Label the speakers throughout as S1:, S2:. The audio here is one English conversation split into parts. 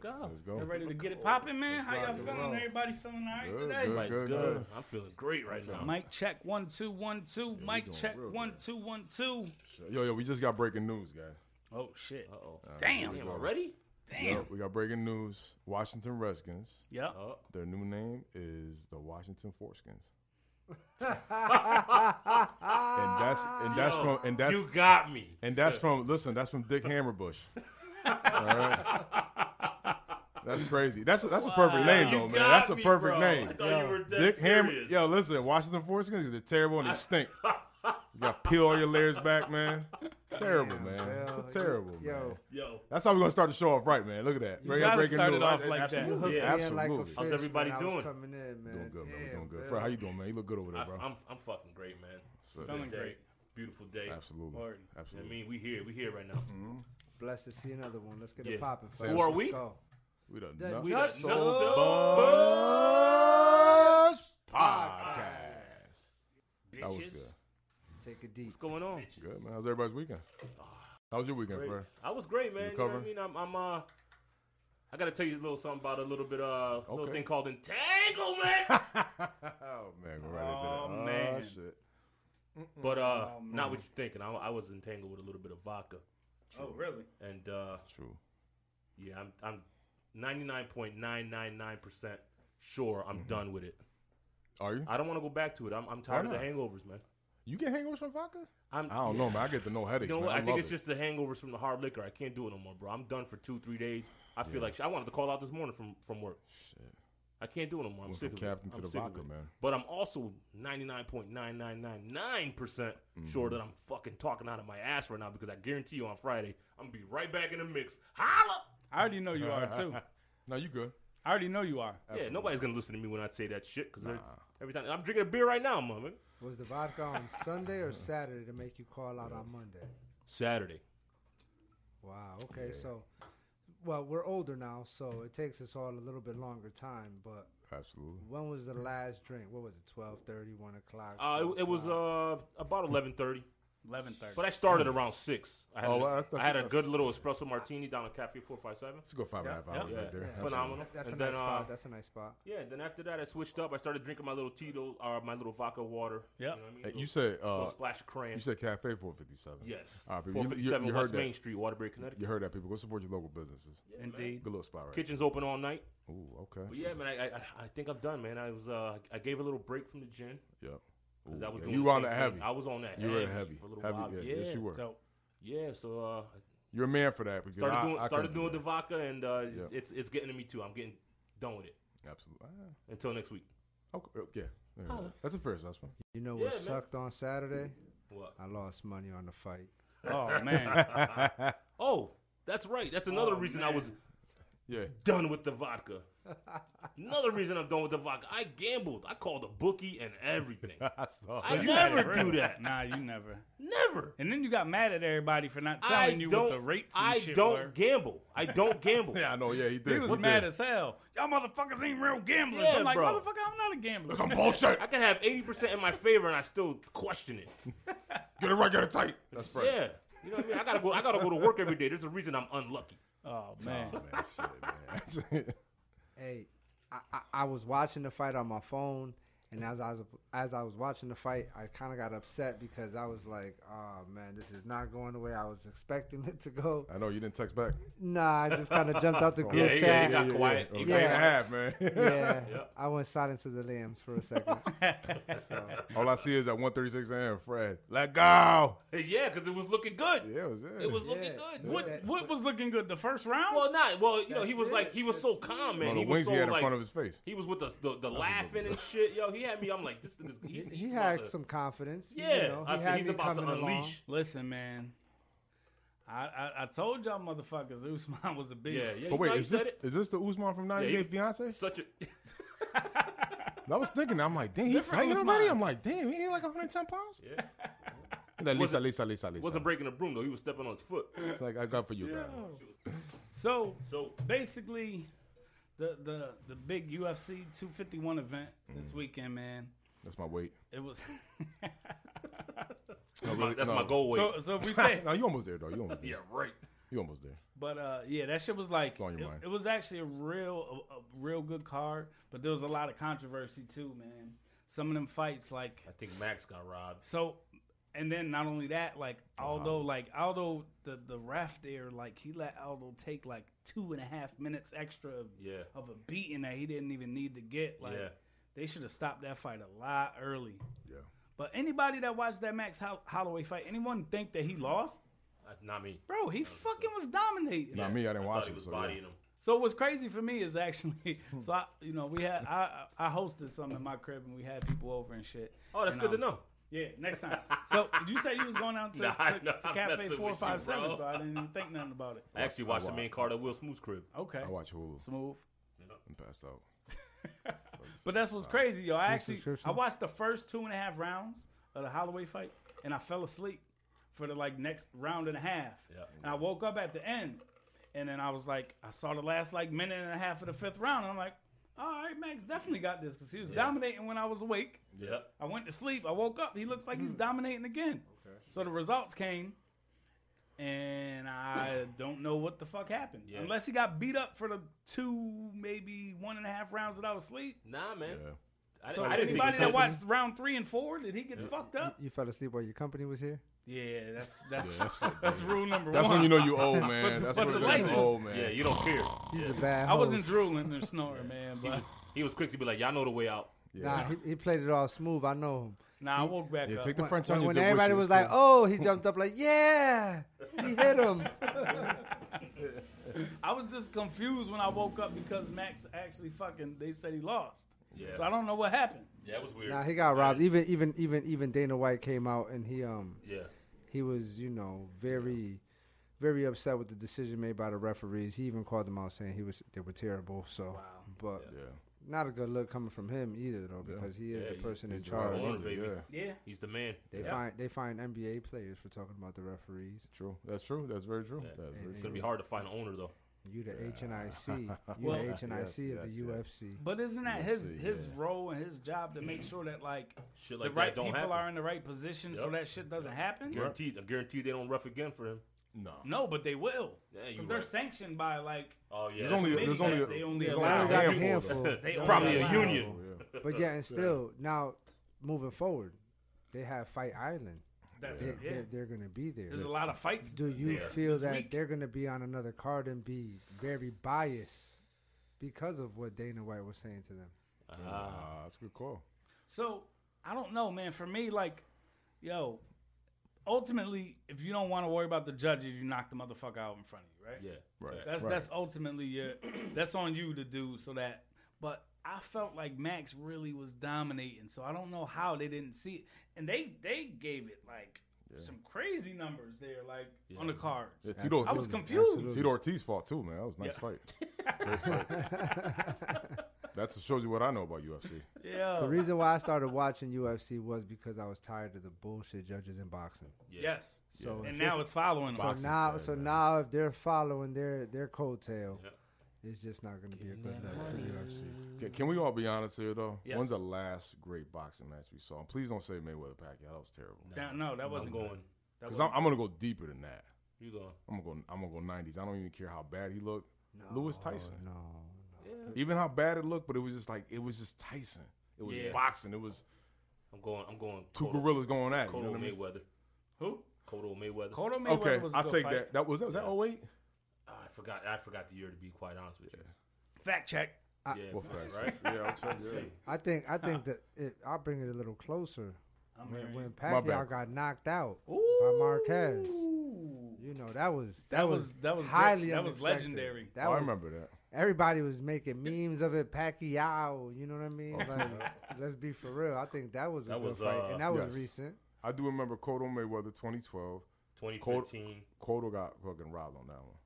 S1: Go.
S2: Let's go.
S1: Y'all ready to get it popping, man?
S2: Let's
S1: How y'all
S2: rock and
S1: feeling?
S2: roll.
S1: Everybody feeling all right
S2: Good,
S1: today?
S2: good,
S1: Everybody's
S2: good, good.
S1: I'm feeling great right now. Mic check one two one two. Mic
S2: doing
S1: check
S2: real
S1: one
S2: good.
S1: two one two.
S2: Yo, yo, we just got breaking news, guys.
S1: Oh shit!
S3: oh.
S1: Damn!
S2: Here we
S3: Damn,
S2: go.
S3: already?
S1: Damn!
S2: Yo, we got breaking news. Washington Redskins.
S1: Yep.
S3: Oh,
S2: Their new name is the Washington Foreskins. and that's and that's
S3: Yo,
S2: from and that's
S3: you got me.
S2: and that's from listen, that's from Dick Hammerbush. All right? That's crazy. That's a, that's a perfect name
S3: You
S2: though, man.
S3: got
S2: That's a
S3: me,
S2: perfect
S3: bro.
S2: name.
S3: I thought you were dead
S2: Dick Hammer.
S3: serious.
S2: Yo, listen, Washington Foreskins are terrible and they stink. You got to peel all your layers back, man. Terrible,
S4: Damn,
S2: man.
S4: yo,
S2: terrible,
S4: yo.
S2: man.
S3: Yo,
S2: That's how we're gonna start the show off right, man. Look at that. Break-
S1: gotta
S2: breaking
S1: start
S2: news.
S1: it off
S2: I-
S1: like that.
S2: absolutely.
S4: You hooked me in like a
S2: Absolutely.
S4: fish
S3: How's everybody
S4: when I
S3: doing?
S4: was coming in, man.
S2: Doing good, man. We're
S4: Damn,
S2: doing good.
S4: Bill.
S2: Fred, how you doing, man? You look good over
S3: I,
S2: there, bro.
S3: I'm I'm fucking great, man.
S2: So,
S1: feeling
S2: yeah,
S3: Day.
S1: great.
S3: Beautiful day.
S2: Absolutely.
S3: You
S1: Lord.
S3: know what I
S2: Absolutely. Mm-hmm.
S3: mean, we here, we here right now.
S4: Blessed to see another one. Let's get
S3: Yeah.
S4: it popping.
S2: Who
S4: fellas.
S3: are
S4: Let's
S3: we?
S4: go.
S2: We done
S4: That-
S2: Nuts
S3: We got
S4: Nuts
S3: Nuts
S4: Up
S3: Up
S2: Us Podcast. That was
S1: Bitches.
S2: good.
S4: Take it deep.
S3: What's going on?
S2: Good, man. How's everybody's weekend? How was your weekend,
S3: Great.
S2: Fred?
S3: I was great, man. You know what I
S2: covered?
S3: mean? I'm, I'm uh, I gotta tell you a little something about a little bit uh, little
S2: Okay.
S3: thing called entanglement.
S2: oh, man. Go right
S1: Oh,
S2: into that.
S1: man.
S2: shit.
S3: but uh,
S1: Oh, man.
S3: not what you're thinking. I, I was entangled with a little bit of vodka,
S1: Oh really?
S3: and uh,
S2: True.
S3: yeah, I'm I'm 99.999 percent sure I'm
S2: Mm-hmm.
S3: done with it.
S2: Are you?
S3: I don't want to go back to it. I'm I'm tired of the
S2: not?
S3: hangovers, man.
S2: You get hangovers from vodka?
S3: I'm
S2: I don't know, man. I get the no headaches,
S3: You know
S2: man.
S3: what? I,
S2: love
S3: think it's
S2: it.
S3: just the hangovers from the hard liquor. I can't do it no more, bro. I'm done for two, three days. I feel
S2: Yeah.
S3: like sh- I wanted to call out this morning from from work.
S2: Shit.
S3: I can't do it no more. I'm
S2: Went
S3: sick
S2: from
S3: of
S2: Captain
S3: it.
S2: to
S3: I'm
S2: the
S3: sick of
S2: vodka,
S3: it.
S2: man.
S3: But I'm also 99.9999 percent sure
S2: Mm-hmm.
S3: that I'm fucking talking out of my ass right now because I guarantee you on Friday I'm gonna be right back in the mix. Holla!
S1: I already know you are too.
S2: No, you good.
S1: I already know you are.
S3: Yeah, nobody's gonna listen to me when I say that shit because every time I'm drinking a beer right now, mama.
S4: Was the vodka on Sunday or Saturday to make you call out on Monday?
S3: Saturday.
S4: Wow. Okay. So, well, we're older now, so it takes us all a little bit longer time. But
S2: Absolutely.
S4: when was the last drink? What was it? 12, 1 o'clock?
S3: Uh,
S4: 2
S3: it, it was
S4: o'clock?
S3: uh about 11:30.
S1: Eleven thirty.
S3: But I started around six. I had,
S2: Hmm. Oh,
S3: a-
S2: well, that's-
S3: I had a
S2: that's-
S3: good little espresso martini down at Cafe Four Five Seven.
S2: Let's go five and a half
S1: Yeah,
S2: hours
S3: yeah.
S2: right Oh, there.
S3: Yeah.
S2: Absolutely.
S3: Phenomenal.
S4: That's a
S3: and
S4: nice
S3: then,
S4: spot.
S3: uh,
S4: That's a nice spot.
S3: Yeah. Then after that, I switched up. I started drinking my little Tito's or my little vodka water.
S1: Yep.
S3: You know what I mean?
S2: Hey, you
S3: Little-
S2: said uh,
S3: little splash of cran.
S2: you said Cafe 457.
S3: yes.
S2: All right, people,
S3: Four
S2: you-
S3: fifty
S2: you,
S3: seven
S2: you
S3: West
S2: heard that.
S3: Main Street, Waterbury, Connecticut.
S2: You heard that, people. Go support your local businesses.
S1: Indeed.
S2: Good little spot, right?
S3: Kitchen's open all night.
S2: Ooh, okay.
S3: But yeah, man, I, I I think I'm done, man. I was uh I gave a little break from the gym
S2: Yep.
S3: because
S2: Ooh,
S3: I was
S2: yeah,
S3: doing
S2: you
S3: the
S2: were on
S3: same
S2: that
S3: thing.
S2: heavy.
S3: I was on that.
S2: You
S3: heavy
S2: were heavy,
S3: for a little
S2: heavy.
S3: while.
S2: yeah,
S3: Yeah.
S2: Yes, you were.
S1: So
S3: Yeah. So uh,
S2: You're a man for that because
S3: started
S2: I,
S3: doing
S2: I
S3: started
S2: couldn't
S3: doing
S2: do
S3: the vodka, and uh,
S2: Yeah.
S3: it's it's getting to me too. I'm getting done with it
S2: that. absolutely. Ah,
S3: until next week.
S2: okay, oh, yeah. yeah. That's a fair assessment.
S4: You know
S3: Yeah,
S4: what
S3: man.
S4: sucked on Saturday?
S3: What?
S4: I lost money on the fight.
S1: oh man.
S3: Oh, that's right. That's another
S2: Oh,
S3: reason I was
S2: Yeah.
S3: done with the vodka. another reason I'm done with the vodka. I gambled. I called a bookie and everything.
S2: I saw.
S3: I
S2: that.
S3: never do that.
S1: Nah, you never.
S3: Never.
S1: And then you got mad at everybody for not
S3: I
S1: telling you
S3: don't.
S1: what the rates and
S3: I
S1: shit
S3: don't
S1: were.
S3: gamble. I don't gamble.
S2: Yeah, I know. Yeah, he did.
S1: He was mad as hell. Y'all motherfuckers ain't real gamblers.
S3: Yeah,
S1: I'm like,
S3: bro.
S1: motherfucker, I'm not a gambler.
S2: some bullshit.
S3: I can have 80% in my favor and I still question it.
S2: Get it right, get it tight. That's right.
S3: Yeah. You know what I mean? I gotta go I gotta go to work every day. There's a reason I'm unlucky.
S1: Oh man.
S2: Oh, man, shit, man.
S4: Hey, I, I, I was watching the fight on my phone, and as I was as I was watching the fight, I kind of got upset because I was like, "Oh man, this is not going the way I was expecting it to go."
S2: I know you didn't text back.
S4: Nah, I just kind of jumped out the
S2: Yeah,
S4: group
S3: yeah,
S4: chat.
S3: yeah,
S4: Yeah,
S3: got quiet.
S2: Yeah.
S3: He
S2: Yeah.
S4: got
S2: and a
S4: quiet.
S2: half, man.
S4: I went silent to the lambs for a second. so
S2: All I see is at 1:36 a.m. Fred, let go.
S3: Yeah, because it was looking good.
S2: Yeah, it was it.
S3: It was looking
S4: Yeah.
S3: good.
S4: Yeah.
S3: What?
S4: That-
S1: What was looking good? The first round?
S3: Well, not well. You know, he
S4: That's
S3: was
S4: it.
S3: like he was so calm, man.
S2: the
S3: He was
S2: wings
S3: so
S2: he had in
S3: like
S2: front of his face.
S3: He was with us, the, the laughing and shit. Yo, he had me. I'm like, this nigga's. He, he's
S4: he
S3: about
S4: had
S3: to-
S4: some confidence. you
S3: Yeah,
S4: know, he
S3: I
S4: had
S3: said he's
S4: me
S3: about to
S4: coming
S3: unleash.
S4: along.
S1: Listen, man. I, I, I told y'all motherfuckers Usman was a beast.
S3: Yeah, yeah.
S2: But wait,
S3: you
S2: is this
S3: said it.
S2: is this the Usman from 90
S3: Yeah,
S2: Day
S3: he-
S2: Fiance?
S3: such a?
S2: I was thinking, I'm like, damn, he
S1: Different
S2: fighting
S1: Usman.
S2: already? I'm like, damn, he ain't like 110 pounds?
S3: Yeah.
S2: And at least,
S3: Wasn't-
S2: at least, at least, at least.
S3: Wasn't breaking the broom though. He was stepping on his foot.
S2: It's like, I got for you, guys.
S1: So
S3: So
S1: basically the the the big UFC two fifty one event
S2: Mm.
S1: this weekend, man.
S2: That's my weight.
S1: It was
S3: that's my, that's
S2: no.
S3: my goal weight.
S1: so so if we say
S2: No, you almost there, though. You almost there.
S3: yeah, right.
S2: You almost there.
S1: But uh, yeah, that shit was like
S2: It's on your
S1: it,
S2: mind.
S1: it was actually a real, a, a real good card. But there was a lot of controversy too, man. Some of them fights, like
S3: I think Max got robbed.
S1: so, and then not only that, like Aldo, like Aldo, the the ref there, like he let Aldo take like two and a half minutes extra of,
S3: Yeah.
S1: of a beating that he didn't even need to get. Like
S3: Yeah.
S1: they should have stopped that fight a lot early.
S2: Yeah.
S1: But anybody that watched that Max Hol- Holloway fight, anyone think that he lost?
S3: Uh, not me.
S1: Bro, he fucking was dominating.
S2: Not me. I didn't
S3: I
S2: watch
S3: thought he
S2: it.
S3: was
S2: so, yeah.
S3: bodying him.
S1: So what's crazy for me is actually, so I, you know, we had I I hosted something in my crib and we had people over and shit.
S3: Oh, that's
S1: And,
S3: good to
S1: um,
S3: know.
S1: Yeah, next time. So you said you was going out to,
S3: Nah,
S1: to,
S3: nah,
S1: to
S3: I'm
S1: Cafe
S3: messing
S1: Four
S3: with you,
S1: Five Seven,
S3: bro.
S1: so I didn't even think nothing about it.
S3: I actually
S2: I
S3: watched the
S2: wa-
S3: main card at Will Smooth's crib.
S1: Okay,
S2: I watch Hulu
S1: smooth.
S2: and passed out.
S1: But that's what's crazy, yo. I actually
S4: subscription.
S1: I watched the first two and a half rounds of the Holloway fight and I fell asleep for the like next round and a half.
S3: Yeah.
S1: And I woke up at the end and then I was like, I saw the last like minute and a half of the fifth round and I'm like, all right, Max definitely got this because he was dominating when I was awake.
S3: Yeah.
S1: I went to sleep. I woke up. He looks like he's dominating again. So the results came, and I don't know what the fuck happened.
S3: Yeah.
S1: Unless he got beat up for the two, maybe one and a half rounds that I was asleep.
S3: Nah, man.
S2: Yeah.
S3: I,
S1: So
S3: I didn't think
S1: anybody
S3: he
S1: that
S3: could.
S1: watched round three and four, did he get fucked up?
S4: You fell asleep while your company was here.
S1: Yeah, that's that's
S2: Yeah, that's it,
S1: that's
S2: man.
S1: rule number
S2: That's
S1: one.
S2: when you know you old, man. That's
S1: but
S2: when
S1: the
S2: you know you
S1: lights
S2: old, man.
S3: Yeah, you don't care.
S4: He's a bad.
S1: I wasn't
S4: host.
S1: drooling or snoring, man.
S3: He
S1: But
S3: was, he was quick to be like, y'all know the way out.
S4: Nah, he, he played it all smooth. I know him.
S1: nah, I woke back
S2: Yeah,
S1: up.
S2: take the French
S4: When,
S2: onion.
S4: when
S2: dip with
S4: everybody
S2: you,
S4: was
S2: it's
S4: like,
S2: cool.
S4: "Oh," he jumped up like, "Yeah, he hit him."
S1: I was just confused when I woke up because Max actually fucking. They said he lost.
S3: Yeah.
S1: So I don't know what happened.
S3: Yeah, it was weird.
S4: nah, he got robbed. Even even even even Dana White came out and he um
S3: Yeah.
S4: he was you know very very upset with the decision made by the referees. He even called them out saying he was they were terrible. So,
S1: Wow.
S4: but
S2: yeah,
S4: not a good look coming from him either though because he is
S3: Yeah,
S4: the
S3: he's-
S4: person in
S2: he's the
S4: charge.
S2: right
S3: Owner,
S2: one,
S3: baby.
S2: Yeah,
S1: Yeah.
S3: He's the man.
S4: They
S1: Yeah.
S4: find they find NBA players for talking about the referees.
S2: true. That's true. That's very true.
S3: Yeah.
S2: That's very
S3: It's
S2: true.
S3: gonna be hard to find an owner though.
S4: You the HNIC, you
S1: Well-
S4: the HNIC of
S2: yes,
S4: the
S2: yes.
S4: UFC.
S1: But isn't that his
S2: UFC,
S1: his
S2: yeah.
S1: role and his job to make sure that like
S3: Shit like
S1: the right
S3: that don't
S1: people
S3: happen.
S1: are in the right position so
S3: Yep.
S1: that shit doesn't happen?
S3: Guaranteed. I guarantee they don't ref again for him.
S2: No.
S1: No, but they will.
S3: Yeah,
S1: 'Cause
S3: you
S1: they're
S3: right.
S1: sanctioned by like
S3: Oh yeah.
S2: There's only
S1: maybe
S2: there's only
S1: that they only
S2: there's
S1: allow-
S2: only
S1: They
S4: got a
S2: though.
S4: handful.
S1: they
S3: It's
S1: own
S3: probably
S1: that
S3: a
S1: line.
S3: union.
S2: Yeah.
S4: But yeah, and still now moving forward, they have Fight Island.
S1: That's,
S4: They're,
S1: yeah.
S4: they're, they're going to be there.
S1: There's a lot of fights.
S4: Do you
S3: there
S4: feel
S1: this
S4: that
S1: week.
S4: they're going to be on another card and be very biased because of what Dana White was saying to them?
S1: Uh,
S3: Ah.
S2: Ah, that's a good call.
S1: So I don't know, man. For me, like, yo, ultimately, if you don't want to worry about the judges, you knock the motherfucker out in front of you, right?
S3: Yeah.
S2: Right.
S1: That's that's ultimately your that's on you to do so that but I felt like Max really was dominating, so I don't know how they didn't see it. And they they gave it like some crazy numbers there, like on the cards.
S2: Yeah, Tito,
S1: I was
S2: Tito-
S1: confused.
S2: Tito Ortiz fought too, man. That was a nice
S1: Yeah.
S2: fight. Great fight. That's what shows you what I know about UFC.
S1: Yeah.
S4: The reason why I started watching UFC was because I was tired of the bullshit judges in boxing.
S3: Yeah.
S1: Yes.
S4: So
S1: And
S4: if
S1: now it's following them.
S4: So
S2: Boxing's
S4: now,
S2: dead,
S4: so
S2: man.
S4: now, if they're following their their coattail,
S3: Yeah.
S4: it's just not going to be a good look for the UFC.
S2: Can, can we all be honest here, though?
S1: Yes.
S2: When's the last great boxing match we saw? And please don't say Mayweather Pacquiao. That was terrible.
S1: That- no, that wasn't
S3: I'm
S1: good.
S3: going.
S1: That
S2: Because
S1: wasn't-
S2: I'm, I'm gonna go deeper than that.
S3: You going?
S2: I'm gonna go. I'm gonna go 90s. I don't even care how bad he looked. Lewis Tyson.
S4: No,
S2: Even how bad it looked, but it was just like it was just Tyson. It was
S1: Yeah.
S2: boxing. It was
S3: I'm going. I'm going.
S2: two
S3: Cotto-
S2: gorillas going at it. You
S3: Cotto
S2: know what I mean?
S3: Mayweather.
S1: Who?
S3: Cotto Mayweather.
S1: Cotto Mayweather
S2: Okay,
S1: was a
S2: I'll
S1: good
S2: take
S1: fight.
S2: that. That was that was that 08?
S3: Ah, I forgot. I forgot the year to be quite honest with you.
S1: Fact check.
S4: I-
S3: yeah.
S2: What
S3: right,
S2: fact?
S3: right.
S2: Yeah, I'll check, yeah.
S4: I think I think that it, I'll bring it a little closer.
S1: I'm
S4: When,
S1: hearing
S4: when
S2: My bad.
S4: Pacquiao got knocked out
S1: you.
S4: by Marquez,
S1: Ooh.
S4: you know that was that,
S1: That
S4: was,
S1: was- that was
S4: highly
S1: great. That was
S4: unexpected.
S1: legendary.
S2: Oh,
S4: That
S2: I
S4: was,
S2: remember that.
S4: everybody was making memes of it. Pacquiao, you know what I mean?
S2: Oh,
S4: Like, let's be for real. I think that was a
S3: That
S4: good
S3: was,
S4: fight,
S3: uh,
S4: and that was
S2: yes.
S4: recent.
S2: I do remember Cotto Mayweather 2012.
S3: 2015.
S2: Cotto got fucking robbed on that one.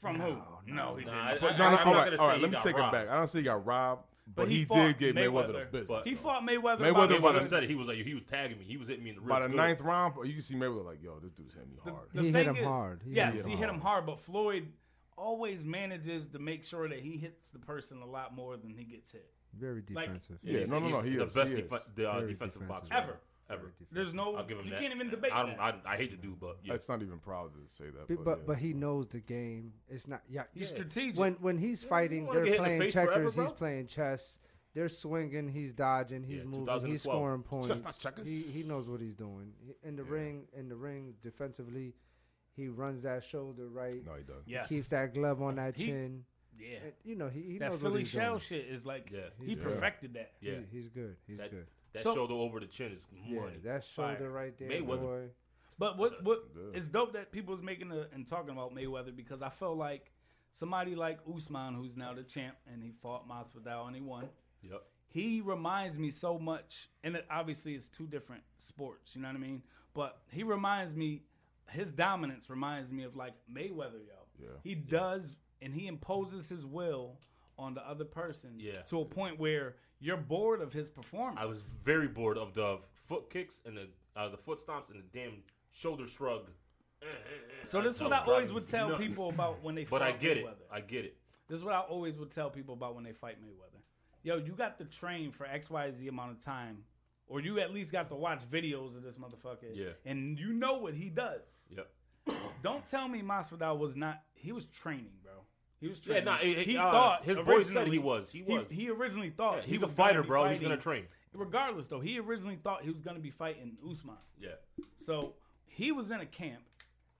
S1: From who?
S4: No,
S1: No, he
S3: Nah, I-
S1: didn't.
S3: I-
S2: No, no,
S3: I'm not
S2: all right,
S3: gonna say
S2: all right.
S3: he
S2: Let me
S3: got
S2: take it
S3: robbed.
S2: back. I don't say he got robbed, but, he,
S1: fought
S2: did give Mayweather, the
S1: Mayweather.
S2: business.
S3: But-
S1: He
S3: So-
S1: fought Mayweather. by
S2: Mayweather
S1: the-
S2: was-
S3: Mayweather said it. He was like, he was tagging me. He was hitting me in the ribs.
S2: By the
S3: good.
S2: ninth round, you can see Mayweather like, yo, this dude's hitting me hard.
S1: The
S4: He hit
S1: thing
S4: him
S1: is-
S4: hard. He
S1: yes,
S4: hit
S1: he
S4: him
S1: hit him hard, but Floyd always manages to make sure that he hits the person a lot more than he gets hit.
S4: Very
S1: Like-
S4: defensive.
S2: Yeah,
S3: He's-
S2: no, no, no,
S3: he's
S2: he
S3: the
S2: is,
S3: best
S2: he is.
S3: defen- the, uh,
S4: Very
S3: defensive
S4: defensive.
S3: boxer
S1: Ever.
S3: ever.
S1: There's no.
S3: I'll give him
S1: you
S3: that.
S1: can't even debate
S3: I, don't,
S1: that.
S3: I, I hate to do, but yeah.
S2: It's not even proud to say that.
S4: But, but
S2: yeah.
S4: but he knows the game. It's not yeah.
S1: He's
S4: yeah.
S1: strategic.
S4: When when he's fighting,
S3: wanna
S4: they're
S3: get hit in the
S4: playing
S3: face
S4: checkers.
S3: forever, bro?
S4: he's playing chess. They're swinging. He's dodging. He's
S3: Yeah,
S4: moving. He's
S3: 2012.
S4: scoring points.
S2: not checkers.
S4: He he knows what he's doing in the ring. In the ring, defensively, he runs that shoulder right.
S2: no, he doesn't.
S1: yes.
S4: Keeps that glove on that
S1: He-
S4: chin.
S1: Yeah.
S4: And, you know he, he
S1: That
S4: knows what
S1: Philly
S4: he's
S1: shell
S4: doing.
S1: shit is like
S3: Yeah.
S1: he
S4: Yeah.
S1: perfected that.
S3: yeah.
S4: He- he's good. He's
S3: That,
S4: good.
S3: that
S1: So-
S3: shoulder over the chin is
S4: Yeah,
S3: money.
S4: that
S1: Fire.
S4: shoulder right there,
S3: Mayweather.
S4: boy.
S1: But what what
S2: Yeah.
S1: it's dope that people's making a, and talking about Mayweather because I felt like somebody like Usman, who's now the champ, and he fought Masvidal and he won.
S3: yep.
S1: He reminds me so much, and it, obviously it's two different sports. You know what I mean? But he reminds me, his dominance reminds me of like Mayweather, yo.
S2: Yeah.
S1: He does, and he imposes his will on the other person.
S3: Yeah.
S1: To a point where you're bored of his performance.
S3: I was very bored of the foot kicks and the uh, the foot stomps and the damn shoulder shrug.
S1: so this is what I always would tell people about when they.
S3: But I
S1: fight
S3: get
S1: Mayweather.
S3: it. I get it.
S1: This is what I always would tell people about when they fight Mayweather. Yo, you got to train for X, Y, Z amount of time, or you at least got to watch videos of this motherfucker.
S3: Yeah.
S1: And you know what he does.
S3: Yep.
S1: Don't tell me Masvidal was not. He was training, bro. He was
S3: Yeah,
S1: training.
S3: nah, it- it-
S1: he
S3: uh,
S1: thought
S3: his voice said
S1: originally-
S3: he was. He was.
S1: He, originally thought he
S3: he's a
S1: was gonna
S3: fighter,
S1: be
S3: bro. He's
S1: fighting-
S3: gonna train.
S1: Regardless, though, he originally thought he was gonna be fighting Usman.
S3: Yeah.
S1: So he was in a camp.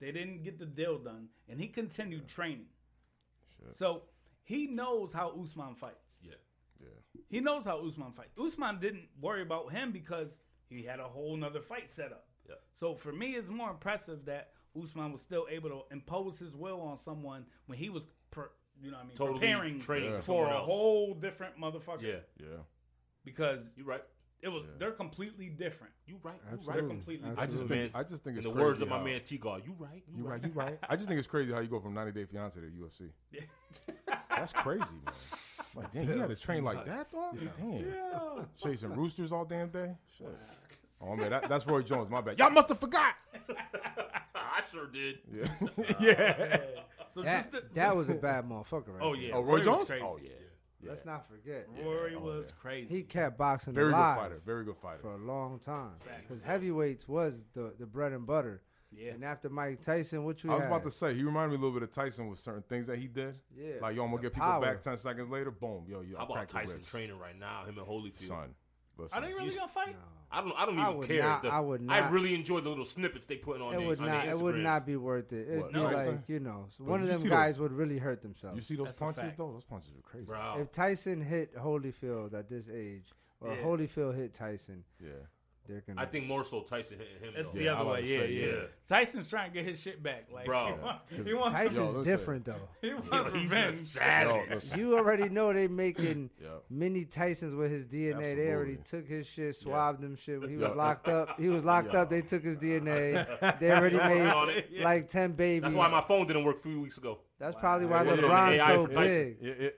S1: They didn't get the deal done, and he continued training.
S2: Shit.
S1: So he knows how Usman fights.
S3: Yeah.
S2: Yeah.
S1: He knows how Usman fights. Usman didn't worry about him because he had a whole nother fight set up.
S3: Yeah.
S1: So for me, it's more impressive that Usman was still able to impose his will on someone when he was, per, you know, what I mean,
S3: Totally
S1: preparing
S3: training for
S1: for
S3: someone
S1: a
S3: else.
S1: whole different motherfucker.
S3: Yeah.
S2: Yeah.
S1: Because
S3: You right.
S1: it was they're completely different.
S3: You right. You right.
S4: Absolutely.
S1: completely-
S2: I just
S3: Man,
S2: think I just think
S3: In
S2: it's
S3: the
S2: crazy
S3: words of my
S2: how-
S3: man T God, you right. You,
S2: You
S3: right.
S2: right, you right. I just think it's crazy how you go from 90 Day Fiance to UFC.
S1: Yeah.
S2: That's crazy, man. Like, damn, you had to train like that, dog? Damn. Chasing roosters all damn day? Shit. Oh, man, that, that's Roy Jones. My bad. Y'all must have forgot.
S3: I sure did.
S2: Yeah. yeah.
S1: So
S4: That,
S1: just the,
S4: that was a bad motherfucker, right?
S1: oh
S4: there.
S1: yeah,
S2: Oh, Roy
S1: was
S2: Jones?
S1: crazy.
S2: Oh, yeah.
S4: Let's not forget.
S1: Rory
S2: oh,
S1: was
S2: yeah.
S1: crazy.
S4: He kept boxing
S2: Very good
S4: alive
S2: fighter. Very good fighter.
S4: for a long time
S1: Facts.
S4: because heavyweights was the, the bread and butter.
S1: yeah,
S4: And after Mike Tyson, what you
S2: I was
S4: had?
S2: about to say, he reminded me a little bit of Tyson with certain things that he did.
S4: Yeah.
S2: Like, yo, I'm going to
S4: The
S2: get people
S4: power.
S2: back 10 seconds later. Boom. Yo, yo,
S3: How about
S2: crack your
S3: Tyson
S2: ribs.
S3: training right now? Him and Holyfield.
S2: Son. Listen.
S1: are they really
S3: He's-
S1: gonna fight?
S3: I don't. I don't
S4: I
S3: even
S4: would
S3: care.
S4: not-
S3: The-
S4: I would
S3: I
S4: not-
S3: really enjoy the little snippets they put on.
S4: it
S3: their,
S4: would
S3: on
S4: not.
S3: Their
S4: It would
S3: Instagrams.
S4: not be worth it. It'd
S2: What?
S4: be
S2: No.
S4: like you know, so one of
S2: you
S4: them
S2: see
S4: guys
S2: those-
S4: would really hurt themselves.
S2: You see oh. those
S1: That's a
S2: punches,
S1: fact.
S2: though? Those punches are crazy.
S3: bro.
S4: if Tyson hit Holyfield at this age, or
S1: Yeah.
S4: Holyfield hit Tyson,
S2: Yeah.
S4: they're gonna.
S3: I think more so Tyson hitting him.
S1: That's
S3: though.
S1: the
S2: I
S1: other
S2: was
S1: way.
S2: about to
S1: Yeah,
S2: say,
S1: yeah,
S3: yeah.
S1: Tyson's trying to get his shit back. Like,
S3: Bro.
S1: he wants, he wants
S4: Tyson's
S1: some-
S2: Yo, listen.
S4: different though.
S1: he wants
S3: He's
S1: revenge.
S3: a savage.
S2: Yo, listen.
S4: You already know they making
S2: Yeah.
S4: mini Tysons with his DNA. They already
S2: Absolutely.
S4: took his shit, swabbed him shit. When he was
S2: Yeah.
S4: locked up, he was locked up. They took his DNA. They already
S3: on
S4: made
S3: it.
S4: like ten babies.
S3: That's why my phone didn't work a few weeks ago.
S4: That's probably why
S3: Yeah, yeah,
S4: LeBron's
S3: yeah,
S4: so
S3: yeah, Tyson.
S4: big.
S2: Yeah, yeah.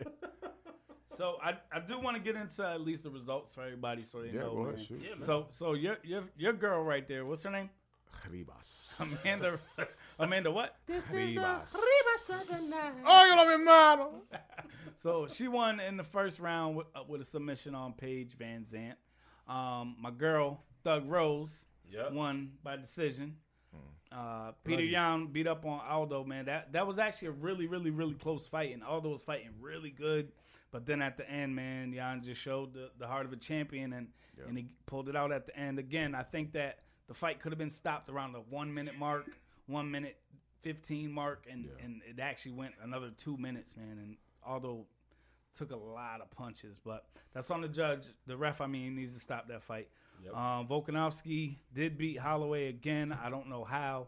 S1: So I, I do want to get into at least the results for everybody, so they
S2: Yeah,
S1: know.
S2: go
S1: man.
S2: ahead, shoot.
S3: Yeah, man.
S1: So so your your your girl right there. What's her name?
S2: Ribas.
S1: Amanda. Amanda what?
S2: Ribas. Oye lo mi hermano.
S1: So she won in the first round with, uh, with a submission on Paige Van Zant. Um, my girl Thug Rose
S3: Yep.
S1: won by decision. Uh, Peter Young beat up on Aldo. Man, that that was actually a really, really, really close fight, and Aldo was fighting really good. But then at the end, man, Jan just showed the, the heart of a champion, and and he pulled it out at the end. Again, I think that the fight could have been stopped around the one minute mark, one minute fifteen mark, and and it actually went another two minutes, man. And Aldo took a lot of punches, but that's on the judge. The ref, I mean, needs to stop that fight.
S3: Yep.
S1: Um, Volkanovski did beat Holloway again. I don't know how.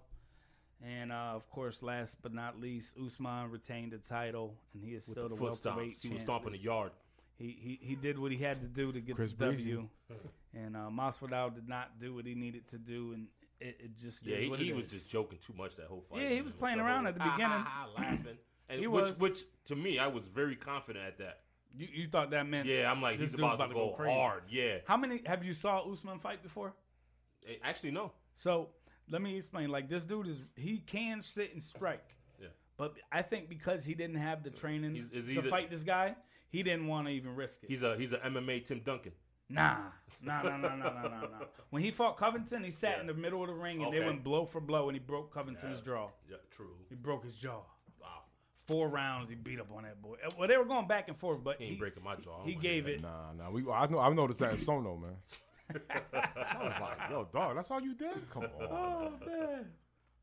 S1: And uh, of course, last but not least, Usman retained the title, and he is
S3: With
S1: still
S3: the
S1: the
S3: foot
S1: welterweight
S3: stomps. He was
S1: champ.
S3: stomping the yard.
S1: He, he he did what he had to do to get
S2: Chris
S1: the W,
S2: Breezy.
S1: and uh, Masvidal did not do what he needed to do, and it, it just
S3: Yeah,
S1: is
S3: he,
S1: what
S3: he
S1: it
S3: was
S1: is.
S3: just joking too much that whole fight.
S1: Yeah, he was playing around
S3: "Oh,
S1: at the beginning.
S3: laughing. And
S1: He
S3: which,
S1: was.
S3: which to me, I was very confident at that.
S1: you, you thought that meant
S3: Yeah, I'm like,
S1: this
S3: he's
S1: dude's
S3: about, to go,
S1: crazy.
S3: hard. Yeah,
S1: How many have you saw Usman fight before?
S3: Eh, actually, no.
S1: So let me explain. Like this dude is he can sit and strike.
S3: Yeah.
S1: But I think because he didn't have the training
S3: He's- is he
S1: to
S3: the-
S1: fight this guy, he didn't want to even risk it.
S3: He's a he's a MMA Tim Duncan.
S1: Nah, nah, nah, nah, nah, nah, nah, nah. When he fought Covington, he sat in the middle of the ring and they
S3: Okay.
S1: went blow for blow, and he broke Covington's
S3: Yeah.
S1: jaw.
S3: Yeah, true.
S1: He broke his jaw.
S3: Wow.
S1: Four rounds, he beat up on that boy. Uh, Well, they were going back and forth, but
S3: He ain't breaking my jaw. I
S1: He
S3: don't
S1: gave it.
S2: Nah, nah. We, I know, I've noticed that in Sono, man. I was like, yo, dog, that's all you did? Come on.
S1: Oh man.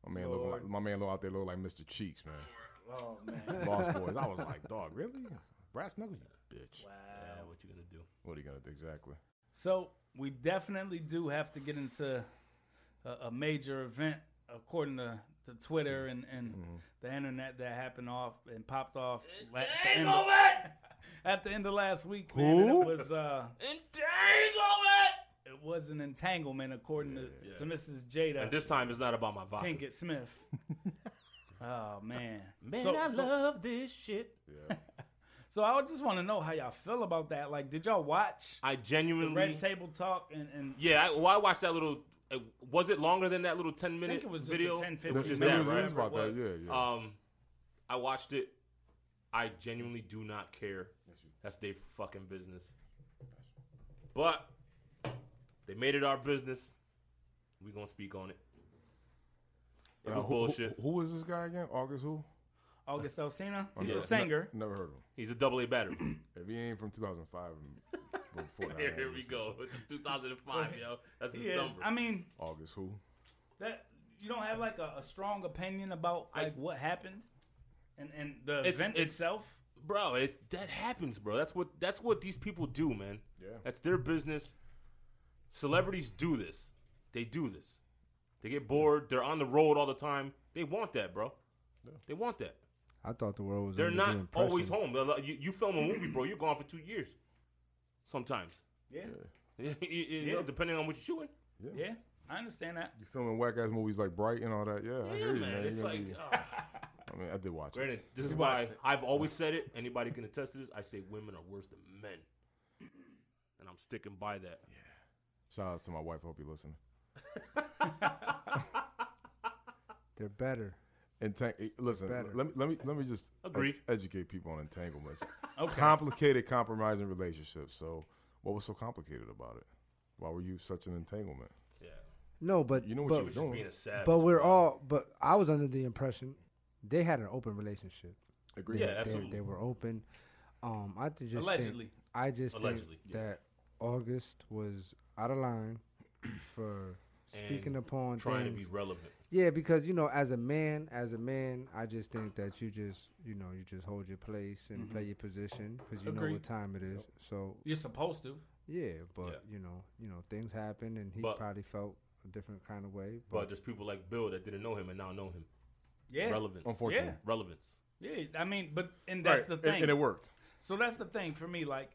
S2: My man, looking like, my man look out there look like Mr. Cheeks, man.
S1: Oh man.
S2: Lost Boys. I was like, dog, really? Brass knuckles, you bitch.
S1: Wow.
S3: Yeah, what you gonna do?
S2: What are you gonna do exactly?
S1: So we definitely do have to get into a, a major event, according to, to Twitter and, and
S3: Mm-hmm.
S1: the internet that happened off and popped off la- at the end of, at the end of last week. Man, and
S2: Who?
S1: it was uh,
S3: Entangle
S1: it was an entanglement, according
S3: Yeah.
S1: to, to Mrs.
S3: And
S1: Jada
S3: this time it's not about my vibe.
S1: Pinkett Smith. oh man,
S3: Man,
S1: So-
S3: I
S1: so-
S3: love this shit.
S2: Yeah.
S1: So I would just want to know how y'all feel about that. Like, did y'all watch
S3: I
S1: the
S3: genuinely.
S1: Red Table Talk and, and
S3: yeah, I, well, I watched that little. Uh, was it longer than that little ten minute
S1: it was just a
S3: video?
S1: 10,
S3: It was
S2: It
S3: just
S1: Maybe
S3: that,
S2: was- it
S3: right?
S2: was about that.
S1: Whatever it
S2: Yeah,
S1: was.
S2: yeah.
S3: Um, I watched it. I genuinely do not care. That's their fucking business. But they made it our business. We gonna speak on it. It was
S2: Uh, who- who-
S3: bullshit.
S2: Who was this guy again? August who?
S1: August Alsina? He's
S3: Yeah.
S1: a singer.
S2: Ne- never heard of him.
S3: He's a double A battery.
S2: If he ain't from 2005, and before that,
S3: here,
S2: I
S3: here we
S2: listen.
S3: go. It's 2005, yo. That's his
S1: He is.
S3: number.
S1: I mean,
S2: August who?
S1: that you don't have like a, a strong opinion about
S3: I-
S1: like what happened and and the
S3: It's-
S1: event
S3: it's-
S1: itself.
S3: bro it, that happens bro that's what that's what these people do man
S2: Yeah.
S3: that's their business celebrities do this they do this they get bored they're on the road all the time they want that bro they want that
S4: I thought the world was.
S3: they're
S4: under the
S3: not
S4: impression-
S3: always home They're like- you, you film a movie bro you're gone for two years sometimes
S1: Yeah,
S3: You- you know,
S1: Yeah.
S3: depending on what you're shooting
S1: yeah, I understand that.
S2: You filming whack ass movies like Bright and all that? Yeah, I
S3: yeah
S2: hear you,
S3: man,
S2: man.
S3: it's
S2: You
S3: like
S2: know,
S3: ah.
S2: I mean, I did watch it.
S3: granted this is
S1: You
S3: why
S1: watched it.
S3: i've always said it anybody can attest to this i say women are worse than men and i'm sticking by that
S2: Shout outs to my wife. I hope you listen.
S4: They're better.
S2: Entang- eh, listen,
S4: Better.
S2: let me let me let me just
S3: Agreed.
S2: ed- educate people on entanglements.
S1: Okay,
S2: Complicated, compromising relationships. So, what was so complicated about it? Why were you such an entanglement?
S3: yeah
S4: No, but
S2: You know what
S4: but,
S2: you
S3: He was just
S2: doing.
S3: being a savage.
S4: but we're
S3: bro.
S4: all. But I was under the impression they had an open relationship.
S2: Agreed.
S3: Yeah,
S4: They-
S3: absolutely.
S4: They, were open. Um, I th- just
S1: Allegedly.
S4: Think, I just
S3: Allegedly,
S4: think that August was out of line for speaking
S3: And
S4: upon
S3: trying
S4: things.
S3: to be relevant.
S4: Yeah, because you know, as a man, as a man, I just think that you just, you know, you just hold your place and play your position because you know
S1: Agreed.
S4: what time it is. So
S1: you're supposed to.
S4: yeah, but
S3: Yeah.
S4: you know, you know, things happen, and he
S3: But-
S4: probably felt a different kind of way.
S3: But
S4: But,
S3: there's people like Bill that didn't know him and now know him.
S1: Yeah,
S3: Relevance.
S2: Unfortunately,
S1: Yeah.
S3: Relevance.
S1: yeah. I mean, but and that's
S2: Right,
S1: the
S2: and-
S1: thing.
S2: and it worked.
S1: so that's the thing for me. Like,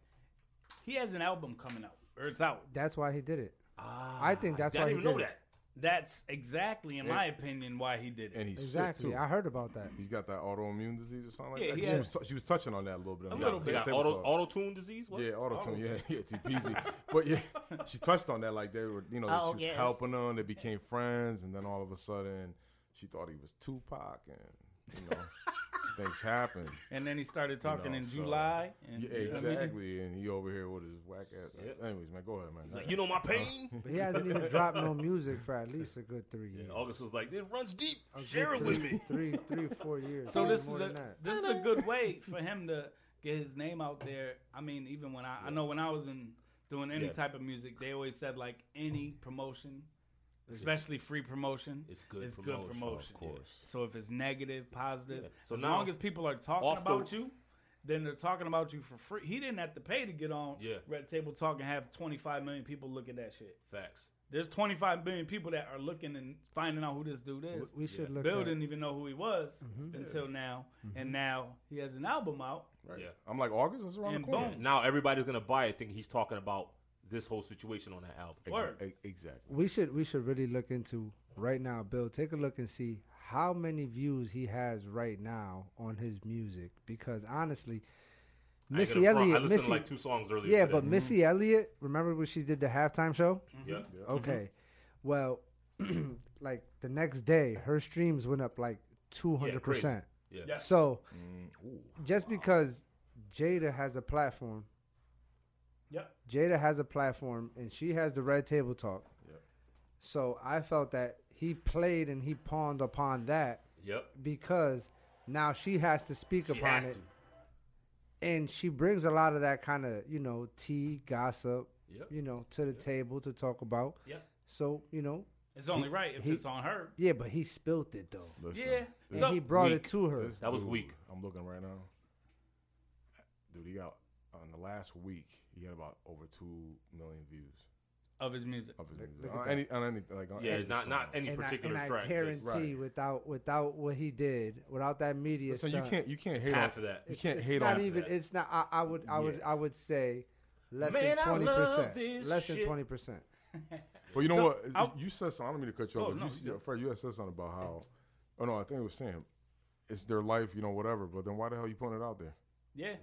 S1: he has an album coming out, or it's out.
S4: that's why he did it.
S3: Ah,
S4: I think that's why
S3: I
S4: he
S3: didn't even know
S4: did it.
S3: that.
S1: That's exactly, in my opinion, why he did it.
S2: and he's
S4: Exactly,
S2: sick too.
S4: I heard about that.
S2: He's got that autoimmune disease or something like
S1: Yeah,
S2: that.
S1: he
S2: She
S1: has-
S2: was, she was touching on that a little bit. on
S1: little
S2: the
S1: bit.
S3: They got
S2: table
S3: auto
S2: talk.
S3: auto tune disease. What?
S2: Yeah, auto tune.
S1: Oh.
S2: Yeah, yeah, TPZ. but yeah, she touched on that like they were, you know,
S1: Oh,
S2: she was
S1: yes.
S2: helping them. They became friends, and then all of a sudden, she thought he was Tupac, and you know, things happened.
S1: And then he started talking
S2: know,
S1: in
S2: so-
S1: July. And,
S2: Yeah,
S1: you know what I mean?
S2: exactly. And he over here with his whack ass. Anyways, man, go ahead, man.
S3: He's like, you know my pain.
S4: But he hasn't even dropped no music for at least a good three years.
S3: And August was like, it runs deep.
S4: A good
S3: Share it
S4: three-
S3: with me.
S4: Three, three, four years.
S1: So
S4: maybe
S1: this
S4: more
S1: is
S4: than
S1: a
S4: that.
S1: this is a good way for him to get his name out there. I mean, even when I, I know when I was in doing any
S3: Yeah.
S1: type of music, they always said like any promotion, especially free promotion,
S3: it's good
S1: It's
S3: promotion,
S1: good
S3: of
S1: promotion.
S2: course.
S1: So if it's negative, positive,
S3: Yeah. So
S1: as
S3: now,
S1: long as people are talking
S3: off the-
S1: about you. Then they're talking about you for free. He didn't have to pay to get on
S3: Yeah.
S1: Red Table Talk and have 25 million people look at that shit.
S3: Facts.
S1: There's 25 million people that are looking and finding out who this dude is.
S4: We should look.
S1: Bill
S4: at-
S1: didn't even know who he was
S2: Mm-hmm.
S1: until now, and now he has an album out.
S2: Right.
S3: Yeah.
S2: I'm like August is around
S1: And
S2: the corner.
S1: boom.
S3: Now everybody's gonna buy it, thinking he's talking about this whole situation on that album.
S2: Exa-
S1: Word.
S2: e- Exactly.
S4: we should we should really look into right now, Bill. Take a look and see how many views he has right now on his music. Because honestly,
S3: I ain't
S4: Missy
S3: gonna front. I
S4: Elliott,
S3: listened
S4: Missy,
S3: to like two songs earlier.
S4: yeah,
S3: today. Mm-hmm.
S4: but Missy Elliott. Remember when she did the halftime show?
S3: yeah,
S4: Okay, well, like the next day, her streams went up like two
S3: yeah,
S4: hundred
S3: crazy.
S4: percent.
S3: Yeah,
S1: Yeah.
S4: So
S2: Mm, ooh.
S4: just because Jada has a platform
S1: Yep.
S4: Jada has a platform and she has the red table talk.
S2: Yep.
S4: So I felt that he played and he pawned upon that
S3: Yep.
S4: because now she has to speak
S3: She
S4: upon
S3: has
S4: it.
S3: to.
S4: And she brings a lot of that kind of, you know, tea, gossip,
S3: Yep.
S4: you know, to the table to talk about.
S3: Yep.
S4: So, you know,
S1: It's only right if
S4: he-
S1: it's on her.
S4: yeah, but he spilt it though.
S2: Listen,
S1: Yeah.
S2: this-
S4: And
S1: So-
S4: he brought
S3: Weak.
S4: it to her.
S2: this
S3: That was
S2: dude,
S3: weak.
S2: I'm looking right now. Dude, he got on the last week. He had about over two million views
S1: Of his music.
S2: of his
S4: Look-
S2: music.
S4: look at
S2: on
S4: that.
S2: any, on any, like on
S3: Yeah,
S2: any
S3: not not
S2: song.
S3: any
S4: And I,
S3: particular
S4: and I
S3: track.
S4: guarantee
S3: just
S2: Right.
S4: without without what he did, without that media
S2: Listen, you
S4: stuff,
S2: can't you can't hate
S3: half
S2: on,
S3: of that.
S2: You
S4: it's-
S2: can't
S4: it's
S2: hate
S4: not
S2: on
S4: even.
S3: that.
S4: It's not. I, I would. I would.
S2: Yeah.
S4: I would say less
S3: Man,
S4: than
S3: I
S4: twenty
S3: love
S4: percent.
S3: this
S4: Less
S3: shit.
S4: than twenty percent.
S2: But you know
S1: So,
S2: what?
S1: I'll-
S2: you said something. I don't mean to cut you off.
S1: Oh,
S2: but
S1: no,
S2: you,
S1: yeah.
S2: yeah, Fred, you had said something about how. Oh no, I think it was Sam. It's their life, you know, whatever. But then why the hell you putting it out there?
S1: Yeah.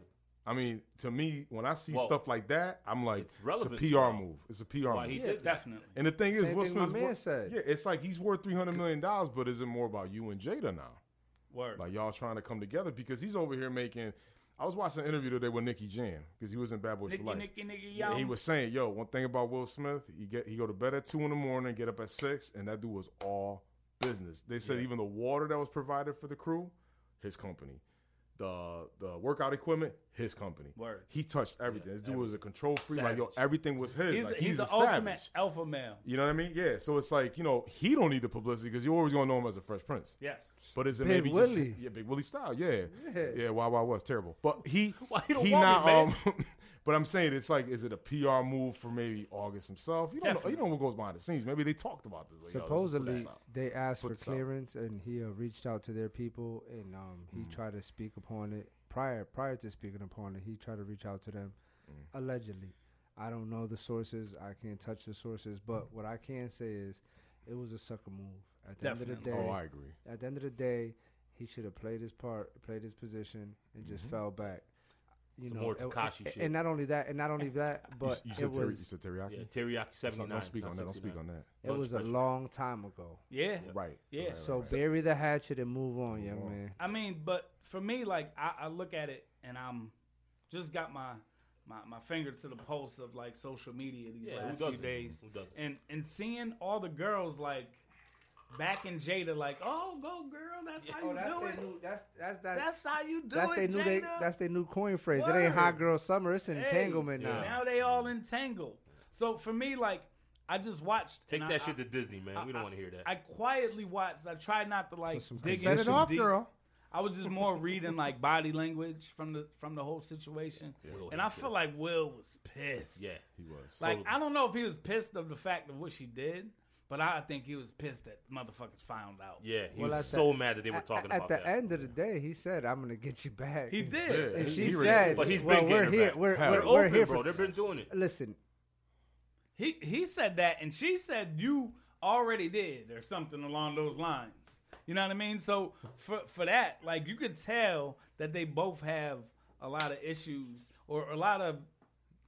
S2: I mean, to me, when I see
S3: Well,
S2: stuff like that, I'm like,
S3: it's
S2: it's,
S3: relevant
S2: a
S3: to
S2: PR
S3: him.
S2: move. It's a PR
S3: why
S2: move.
S3: he
S1: Yeah,
S3: did that.
S1: definitely.
S2: and the thing is,
S4: Same
S2: Will
S4: thing my
S2: Smith's
S4: man
S2: worth-
S4: said.
S2: yeah, it's like he's worth three hundred million dollars, but is it more about you and Jada now?
S1: Word.
S2: Like y'all trying to come together because he's over here making. I was watching an interview today with Nicky Jam because he was in Bad Boys
S1: Nicky,
S2: for Life.
S1: Nicky, Nicky,
S2: Yeah,
S1: yo.
S2: he was saying, "Yo, one thing about Will Smith, he get he go to bed at two in the morning, get up at six, and that dude was all business. They said even the water that was provided for the crew, his company, the the workout equipment, his company.
S1: Word.
S2: He touched everything. this dude was a control freak. Like yo,
S3: Savage.
S2: everything was his.
S1: He's,
S2: Like,
S1: he's,
S2: he's,
S1: the
S2: a
S1: ultimate
S2: savage.
S1: alpha male.
S2: You know what I mean? Yeah. So it's like you know he don't need the publicity because you're always gonna know him as a Fresh Prince.
S1: Yes.
S2: But is it
S4: Big
S2: maybe
S4: Willie.
S2: just yeah, Big Willie style? Yeah, yeah,
S4: Yeah.
S2: yeah wow, wow, was terrible. But he,
S3: Why you don't
S2: he
S3: want me,
S2: not.
S3: man?
S2: um, but I'm saying it's like, is it a PR move for maybe August himself? You don't know. You don't know what goes behind the scenes. Maybe they talked about this. like, yo, this is what
S4: Supposedly,
S2: it's about.
S4: they asked for
S2: what's up.
S4: clearance, and he uh, reached out to their people, and um, he
S2: Mm.
S4: tried to speak upon it prior prior to speaking upon it. He tried to reach out to them, allegedly. I don't know the sources. I can't touch the sources, but what I can say is, it was a sucker move. At the end of the
S1: Definitely.
S4: day,
S2: oh, I agree.
S4: at the end of the day, he should have played his part, played his position, and just
S2: Mm-hmm.
S4: fell back. You
S3: Some
S4: know,
S3: more
S4: and-
S3: Tekashi
S4: and,
S3: shit.
S4: and not only that, and not only that,
S2: You,
S4: but
S2: you
S4: it
S2: said teri- you
S4: was
S2: said teriyaki.
S3: Yeah, teriyaki seventy
S2: Don't-
S3: nine.
S2: don't speak on that. Don't speak on that.
S4: it was a
S3: Lunch special.
S4: long time ago.
S1: Yeah.
S2: Right.
S1: Yeah.
S2: Right, right,
S4: So
S2: right.
S4: bury the hatchet and move on, young
S2: on.
S4: man.
S1: I mean, but for me, like I, I look at it and I'm just got my, my my finger to the pulse of like social media these
S3: Yeah, who
S1: last few
S3: doesn't?
S1: days,
S3: Who doesn't?
S1: and and seeing all the girls like backing Jada, like, oh, go girl, that's how you do it.
S4: oh, That's that's that.
S1: that's how you do
S4: That's
S1: it,
S4: they new
S1: Jada.
S4: they, that's they new coin phrase. It ain't hot
S1: Word.
S4: girl summer. It's
S1: Hey,
S4: entanglement now.
S1: Now they all entangled. So for me, like I just watched.
S3: Take
S1: and
S3: that
S1: I,
S3: shit to Disney, man. We
S1: I-
S3: don't want to hear that.
S1: I quietly watched. I tried not to like
S4: some
S1: dig
S2: set
S1: into
S2: it off,
S1: deep.
S2: girl.
S1: I was just more reading like body language from the from the whole situation,
S3: Will
S1: and I
S3: hates
S1: feel like Will was pissed.
S3: Yeah,
S2: He was.
S1: like
S3: totally.
S1: I don't know if he was pissed of the fact of what she did, but I think he was pissed that motherfuckers found out.
S3: yeah. He
S4: Well,
S3: was
S4: at the-
S3: so mad that they were
S4: At-
S3: talking
S4: at,
S3: about
S4: the
S3: that.
S4: end of the day, he said, "I'm gonna get you back."
S1: he did.
S2: Yeah.
S4: And she
S2: He really-
S4: said,
S3: But he's
S4: well,
S3: been
S4: we're
S3: getting her
S4: here.
S3: back.
S4: We're,
S2: Pat.
S4: we're,
S3: They're
S2: They're
S4: we're
S3: open,
S4: here
S3: bro.
S4: for."
S3: They've been doing it.
S4: Listen,
S1: He he said that, and she said you already did or something along those lines. You know what I mean? So for for that, like you could tell that they both have a lot of issues or a lot of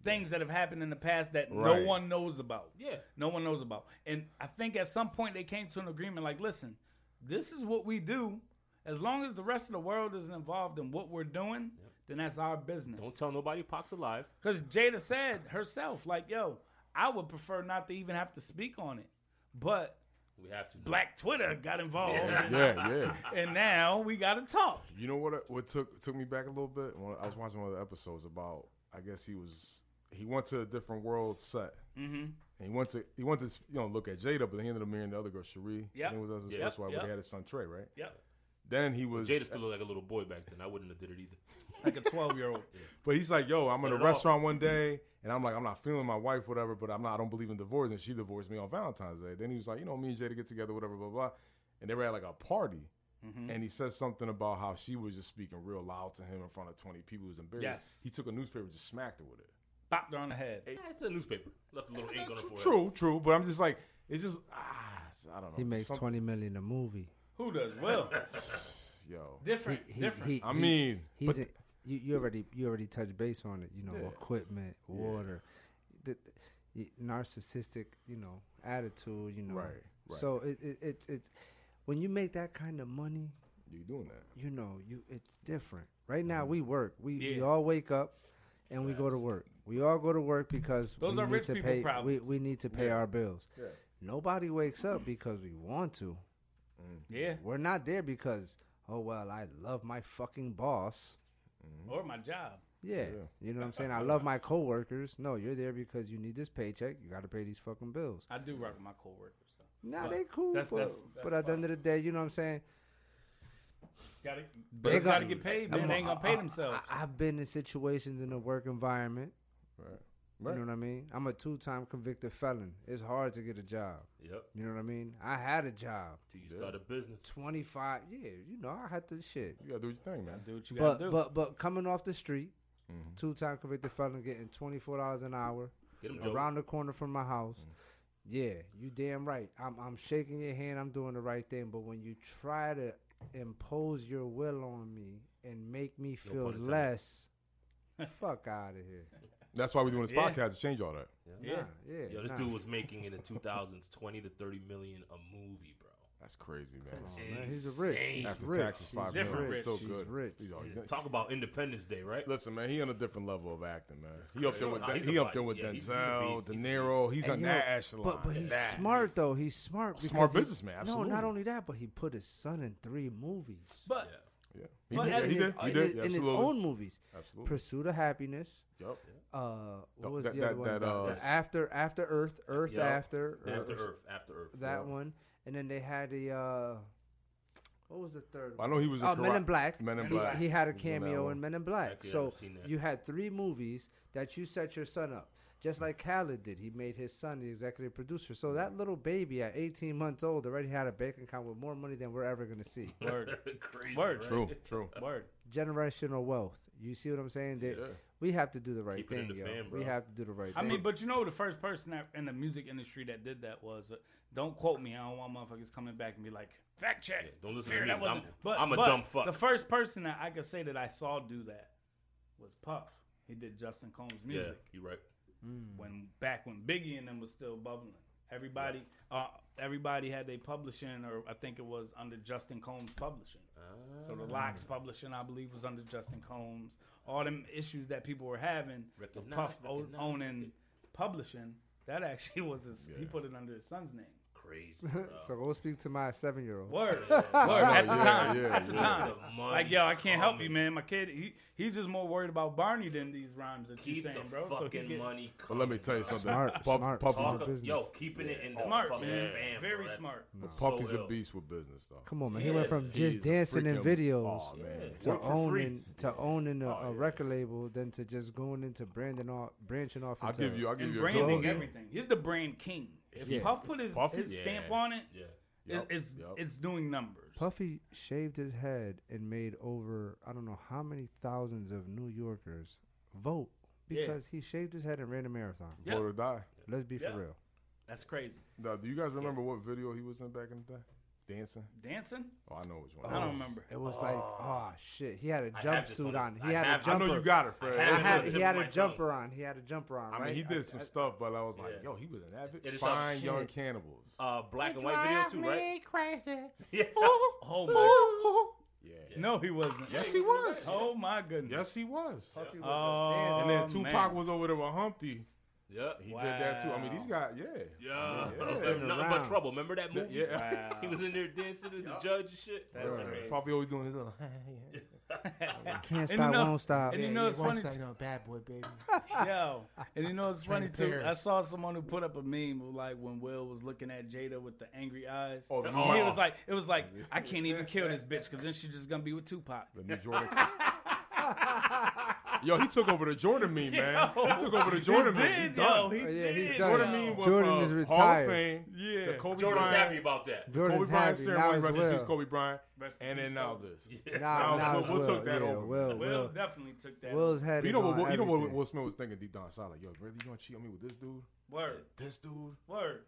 S1: things that have happened in the past that no
S2: Right.
S1: one knows about.
S3: Yeah.
S1: no one knows about. And I think at some point they came to an agreement. Like, listen, this is what we do. As long as the rest of the world is involved in what we're doing, then that's our business.
S3: Don't tell nobody Pac's alive.
S1: Because Jada said herself, like, yo, I would prefer not to even have to speak on it. But
S3: We have to.
S1: Black Twitter got involved. And,
S2: yeah, yeah.
S1: and now we got to talk.
S2: You know what? What took took me back a little bit. When I was watching one of the episodes about. I guess he was. He went to a different world set. Mm-hmm. And he went to he went to you know look at Jada, but he ended up marrying the other girl, Cherie.
S1: Yep.
S2: I think it was his
S1: Yep,
S2: first wife. but
S1: yep.
S2: He had his son Trey, right?
S1: Yep.
S2: Then he was.
S3: Jada still looked like a little boy back then. I wouldn't have did it either.
S1: Like a 12 year old.
S2: But he's like, yo, I'm in
S3: Set
S2: a
S3: it off.
S2: restaurant one day, and I'm like, I'm not feeling my wife, whatever. But I'm not. I don't believe in divorce, and she divorced me on Valentine's Day. Then he was like, you know, me and Jada get together, whatever, blah blah. And they were at like a party. And he said something about how she was just speaking real loud to him in front of 20 people. He was embarrassed.
S1: Yes.
S2: He took a newspaper, and just smacked her with it.
S1: Bopped her on the head.
S3: Yeah, it's a newspaper. Left a little ink on her forehead.
S2: True, true, but I'm just like it's just ah, it's- I don't know.
S4: he makes
S2: some-
S4: twenty million a movie.
S1: Who does well?
S2: Yo,
S1: Different.
S4: He-
S1: different.
S4: he-
S2: I
S4: he-
S2: mean,
S4: he's
S2: but-
S4: a, you, you already you already touched base on it. You know,
S2: Yeah.
S4: equipment, water, the, the narcissistic, you know, attitude. You know,
S2: Right, right.
S4: So it, it, it's it's when you make that kind of money,
S2: you doing that?
S4: you
S2: Mm-hmm.
S4: know, you it's different. Right now, we work. We we
S1: Yeah.
S4: all wake up and we go to work. We all go to work because
S1: Those
S4: we
S1: are
S4: need
S1: rich
S4: to
S1: people
S4: pay. We,
S1: problems.
S4: we need to pay
S2: Yeah.
S4: our bills.
S2: Yeah.
S4: Nobody wakes up because we want to.
S1: Yeah,
S4: We're not there because oh well, I love my fucking boss.
S1: or my job.
S4: Yeah,
S2: Yeah.
S4: you know what I'm saying. I love my coworkers. No, you're there because you need this paycheck. You got to pay these fucking bills.
S1: I do rock with my coworkers. So.
S4: Nah,
S1: But
S4: they cool,
S1: that's-
S4: but,
S1: that's- that's
S4: but at the end of the day, you know what I'm saying.
S1: Gotta,
S4: They
S1: they
S4: got-
S1: gotta get paid, man.
S4: I'm-
S1: They ain't gonna
S4: I-
S1: pay
S4: I-
S1: themselves.
S4: I, have been in situations in the work environment.
S2: Right.
S4: You
S2: Right.
S4: know what I mean? I'm a two-time convicted felon. It's hard to get a job.
S3: Yep.
S4: You know what I mean? I had a job.
S3: Till you start a business.
S4: 25 yeah you know i had to shit
S2: You gotta do what you think, man.
S1: do what you gotta
S4: but
S1: do.
S4: but but coming off the street
S2: Mhm.
S4: two-time convicted felon getting $24 an hour
S3: Get him, Joe.
S4: around the corner from my house yeah you damn right I'm, I'm shaking your hand i'm doing the right thing but when you try to impose your will on me and make me feel
S3: point in time.
S4: less fuck out of here
S2: That's why we're doing this
S1: Yeah.
S2: podcast to change all that.
S1: yeah,
S4: Nah, yeah
S3: Yo, this
S4: nah.
S3: dude was making in the 2000s 20 to 30 million a movie, bro.
S2: That's crazy, man.
S4: Come on, man, he's a rich
S3: Insane.
S4: he's
S2: After
S4: rich
S2: taxes, five
S4: he's
S1: different
S2: million.
S1: rich.
S2: Still
S4: He's
S2: good.
S4: rich.
S2: He's always-
S3: Talk about Independence Day, right?
S2: Listen, man, he on a different level of acting, man. He up there with
S3: Nah,
S2: Den-
S3: he's a
S2: he up
S3: beast.
S2: there with
S3: Yeah, he's- he's a
S2: Denzel,
S3: beast.
S2: De
S3: He's a
S2: Niro. He's
S4: And
S2: on
S4: you
S2: that
S4: know,
S2: echelon.
S4: But but he's
S2: That-
S4: smart though. He's smart. because
S2: smart
S4: he-
S2: businessman,
S4: No, not
S2: absolutely.
S4: only that, but he put his son in three movies.
S1: but
S3: Yeah.
S2: Yeah.
S1: But
S2: He
S1: as
S2: did. He
S4: in his,
S2: did. He
S4: in
S2: did.
S4: his- in his
S2: Absolutely.
S4: own movies,
S2: Absolutely.
S4: Pursuit of Happiness.
S2: Yup.
S4: Uh,
S2: Th-
S4: what was
S2: Oh, that-
S4: the other
S2: that-
S4: one?
S2: that,
S4: The-
S2: uh,
S4: the after After Earth, Earth
S3: Yup.
S4: After,
S3: After
S4: Earth,
S3: Earth. After Earth.
S4: that one, and then they had the uh, what was the third?
S2: I
S4: one?
S2: know he was. a
S4: Oh, Men
S2: karate-
S4: in Black.
S2: Men in
S4: He-
S2: Black.
S4: He, had a
S2: He was in that
S4: cameo
S2: one.
S4: in Men in Black.
S3: Actually,
S4: so
S3: I've seen that.
S4: you had three movies that you set your son up, just like Khaled did. He made his son the executive producer. So that little baby at 18 months old already had a bank account with more money than we're ever going to see.
S1: word,
S3: Crazy,
S1: Word.
S3: right?
S2: True. True.
S1: word.
S4: Generational wealth. You see what I'm saying? They-
S2: Yeah.
S4: We have to do the right
S3: Keep it in
S4: thing,
S3: the
S4: yo.
S3: fam,
S4: we
S3: bro.
S4: have to do the right
S1: I
S4: thing.
S1: mean, but you know, the first person that, in the music industry that did that was. Uh, don't quote me. I don't want motherfuckers coming back and be like, fact check.
S3: Yeah, don't listen
S1: Fear,
S3: to me.
S1: that wasn't-
S3: I'm-
S1: but-
S3: I'm a
S1: but
S3: dumb fuck.
S1: The first person that I could say that I saw do that was Puff. He did Justin Combs'
S3: Yeah,
S1: music.
S3: you right. Mm.
S1: when back when Biggie and them was still bubbling. Everybody, uh, everybody had their publishing, or I think it was under Justin Combs Publishing. So
S3: Ah.
S1: the Locks Publishing, I believe, was under Justin Combs. All them issues that people were having, of
S3: Recognize,
S1: Puff o-
S3: recognize.
S1: owning publishing, that actually was his, he
S2: Yeah.
S1: put it under his son's name.
S3: Crazy. Bro.
S4: so go speak to my seven year old.
S1: Word, word. At the
S2: yeah,
S1: time,
S2: yeah,
S1: at the
S2: yeah.
S1: time,
S3: The money
S1: like yo, I can't help
S3: coming.
S1: you, man. My kid, he he's just more worried about Barney than these rhymes that you
S3: Keep
S1: saying,
S3: the
S1: bro. So he
S3: fucking
S1: get,
S3: money. Coming,
S2: But let me tell you
S3: bro.
S2: something.
S4: Smart,
S2: Puff,
S4: smart,
S2: Puff
S4: smart.
S2: Is
S3: Talk,
S2: a,
S4: business.
S3: yo, keeping it in the
S1: smart,
S3: fucking
S1: man,
S3: fam, bro.
S1: very
S3: That's-
S1: smart.
S3: so
S2: Puff is a
S3: ill.
S2: beast with business, though.
S4: Come on, man. He went
S3: Yes,
S4: from
S3: he
S2: is
S4: just
S2: a
S4: dancing in
S2: freaking-
S4: videos
S2: Aw, man.
S4: to
S3: Work for free.
S4: owning to owning a,
S3: Oh,
S4: a
S3: yeah.
S4: record label than to just going into branding off branching off.
S2: I'll
S4: into
S2: give you. I'll give
S1: and
S2: you. A
S1: branding
S2: closing.
S1: everything. He's the brand king. If
S4: Yeah.
S1: Puff put his,
S2: Puff
S1: his
S2: is-
S1: stamp
S2: yeah.
S1: on it,
S3: Yeah.
S2: Yup,
S1: it- it's
S2: yup.
S1: it's doing numbers.
S4: Puffy shaved his head and made over I don't know how many thousands of New Yorkers vote
S1: Yeah.
S4: because he shaved his head and ran a marathon.
S1: Yeah.
S2: Vote or die.
S4: Let's be
S1: Yeah.
S4: for real.
S1: That's crazy.
S2: Now, do you guys remember what video he was in back in the day? Dancing.
S1: Dancing?
S2: Oh, I know which one.
S1: I don't remember.
S4: It was like, oh shit, he had a
S3: I have this
S4: jumpsuit
S3: on-
S4: on.
S3: I
S4: He had
S3: have
S4: a
S3: this
S2: I
S4: jumper.
S2: know you got it, Fred.
S3: I
S4: I
S3: It's on
S4: had,
S3: the
S4: he
S3: tip
S4: had
S3: of
S4: a
S3: my
S4: jumper on. He had a jumper on.
S2: I mean,
S4: right?
S2: he did some stuff, but I was like,
S3: Yeah.
S2: yo, he was an avid
S3: It is
S2: fine
S3: a-
S2: young cannibals.
S3: Uh, black and white video too, right? Yeah.
S1: Oh my!
S2: Yeah.
S1: No, he wasn't.
S2: Yes, he was.
S1: Oh my goodness.
S2: Yes, he was.
S4: Puffy was
S1: Oh,
S4: a dancer.
S2: And then
S1: Oh,
S2: Tupac
S1: man.
S2: was over there with Humpty.
S3: Yeah.
S2: He did that too. I mean,
S1: Wow.
S2: these guys, yeah.
S3: Yeah.
S2: Yeah.
S3: Nothing but trouble. Remember that movie?
S2: Yeah.
S3: He was in there dancing with the judge and shit.
S1: That's
S2: Yeah.
S1: crazy.
S2: Probably always doing his little.
S4: Can't
S1: And
S4: stop,
S1: you know-
S4: won't stop.
S1: And you know it's funny, too-
S2: bad boy, baby.
S1: yo. And you know it's funny
S2: to
S1: too.
S2: Paris.
S1: I saw someone who put up a meme of like when Will was looking at Jada with the angry eyes.
S2: Oh, the
S1: And
S2: new,
S1: he
S3: Oh.
S1: was like, it was like, I can't even kill this bitch because then she's just gonna be with Tupac.
S2: the new Jordan. yo, he took over the Jordan meme, man.
S1: Yo.
S2: he took over the Jordan
S1: he
S2: meme.
S1: did,
S2: He's done.
S1: yo. He
S4: Oh, yeah, he's
S1: did.
S4: done.
S2: Jordan
S1: yo.
S2: meme was,
S4: Jordan
S2: uh,
S4: is
S2: Hall
S4: retired.
S2: of Fame.
S1: Yeah.
S2: To Kobe
S3: Jordan's
S2: Bryant.
S3: happy about that.
S4: Jordan's
S2: Kobe Bryant
S4: happy. Now
S2: ceremony.
S4: it's
S2: Rest in peace,
S4: Will.
S2: Kobe Bryant.
S1: Rest in
S2: And
S1: peace,
S2: then now
S1: Kobe.
S2: this.
S4: Now,
S2: Now
S4: now
S2: Will-
S4: it's
S2: Will
S4: Will.
S2: took that
S4: yeah,
S2: over.
S4: Will,
S1: Will
S4: Will.
S1: definitely took that.
S4: Will's head.
S2: But you know
S4: is
S2: what?
S4: on
S2: Will- You know what?
S4: everything.
S2: Will Smith was thinking deep down inside, like, yo, brother, you gonna cheat on me with this dude?
S1: word,
S2: This dude?
S1: word.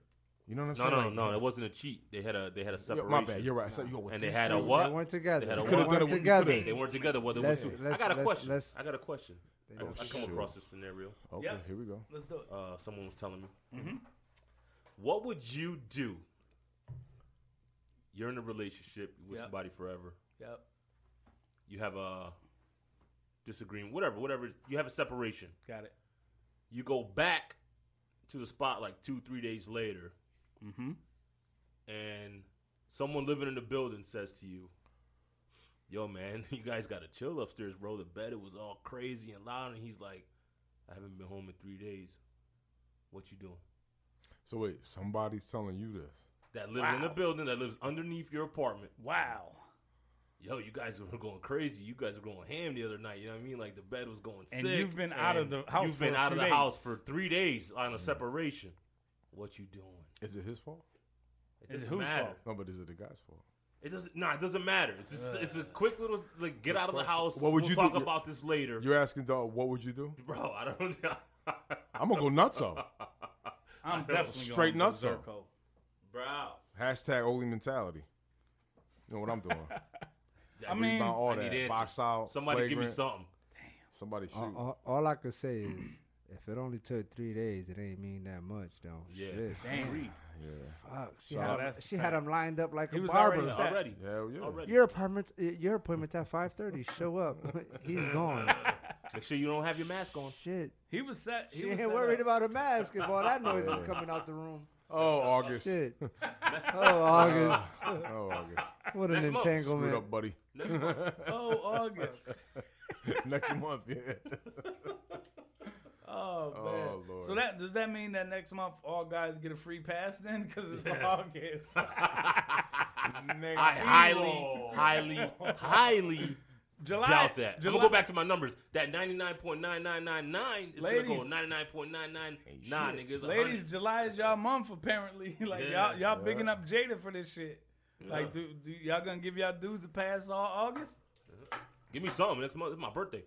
S2: You know what I'm
S3: No,
S2: saying?
S3: no,
S2: Like,
S3: no. It wasn't a cheat. They had a they had a
S2: yo,
S3: separation.
S2: my bad. You're right. I said, yo, with
S3: And they
S2: this
S3: had a
S2: dude.
S3: what?
S4: They weren't
S3: They
S4: together.
S3: had a
S4: They,
S3: You
S2: could've done it
S4: weren't
S2: with- you
S4: together.
S2: could've-
S3: They weren't together. Whether it
S4: Let's-
S3: was two. I
S4: let's-
S3: got a
S4: let's-
S3: question.
S4: let's-
S3: I got a question. I, I come
S2: shoot.
S3: across this scenario.
S2: Okay,
S1: Yep.
S2: here we go.
S1: Let's do it.
S3: Uh, someone was telling me. What would you do? You're in a relationship with
S1: Yep.
S3: somebody forever.
S1: Yep.
S3: You have a disagreement, whatever, whatever. You have a separation.
S1: Got it.
S3: You go back to the spot like two, three days later,
S1: Mm-hmm.
S3: and someone living in the building says to you, "Yo, man, you guys got to chill upstairs, bro. The bed it was all crazy and loud." And he's like, "I haven't been home in three days. What you doing?"
S2: So wait, somebody's telling you this.
S3: That lives in the
S1: Wow.
S3: building. That lives underneath your apartment.
S1: Wow.
S3: Yo, you guys were going crazy. You guys were going ham the other night. You know what I mean? Like the bed was going
S1: And
S3: sick.
S1: you've been out of
S3: and
S1: the house
S3: You've
S1: for
S3: been
S1: a
S3: out of the
S1: few days.
S3: house for three days on a separation. What you doing?
S2: Is it his fault?
S3: It
S1: It's
S3: doesn't
S1: whose
S3: matter.
S1: fault?
S2: No, but is it the guy's fault?
S3: It doesn't. Nah, it doesn't matter. It's just, it's a quick little like get out of the house.
S2: What would
S3: we'll
S2: you
S3: talk
S2: do?
S3: about this later,
S2: You're asking, dog, what would you do?
S3: bro? I don't know,
S2: I'm gonna go nuts up.
S1: I'm definitely
S2: Straight
S1: going
S2: nuts, though.
S1: Berserko.
S3: bro.
S2: Hashtag Oli mentality. You know what I'm doing?
S1: I mean,
S2: Rebound all
S3: I need
S2: that.
S3: answers.
S2: Box out.
S3: Somebody give me
S2: flagrant.
S3: something.
S2: Somebody shoot.
S4: All, all, all I could say is, if it only took three days, it ain't mean that much, though.
S3: Yeah.
S4: Shit,
S1: damn.
S2: Yeah.
S4: fuck. She,
S2: So-
S4: had,
S2: Oh,
S4: 'em-
S1: that's
S4: she had
S1: fact.
S4: him lined up like
S1: He
S4: a
S1: was
S4: barber.
S1: already
S3: Yeah,
S1: set.
S3: already,
S2: Hell yeah.
S3: already.
S4: Your apartment's your appointment's at five thirty. Show up. He's gone.
S3: Make sure you don't have your mask on.
S4: Shit.
S1: He was set. He
S4: She
S1: was
S4: ain't
S1: set
S4: worried
S1: up.
S4: about a mask if all that noise was coming out the room.
S2: Oh, August. Uh,
S4: Shit. Oh, August.
S2: Oh, August.
S4: What an
S3: Next month.
S2: Screwed
S4: entanglement.
S2: up, buddy.
S3: Next month.
S1: Oh, August.
S2: Next month, yeah.
S1: Oh man.
S2: Oh, Lord.
S1: So that does that mean that next month all guys get a free pass then? Because it's August.
S2: Next
S3: I
S1: Evil.
S3: highly, highly, highly
S1: July.
S3: doubt that. I'm
S1: July,
S3: gonna go back to my numbers. That 99.9999 is
S1: Ladies.
S3: gonna go 99.999. Nah,
S2: shit.
S3: niggas.
S1: Ladies,
S3: 100.
S1: July is y'all month apparently. like
S3: Yeah.
S1: y'all y'all
S2: Yeah.
S1: bigging up Jada for this shit. Like, do, do y'all gonna give y'all dudes a pass all August?
S3: give me something. Next month, it's my birthday.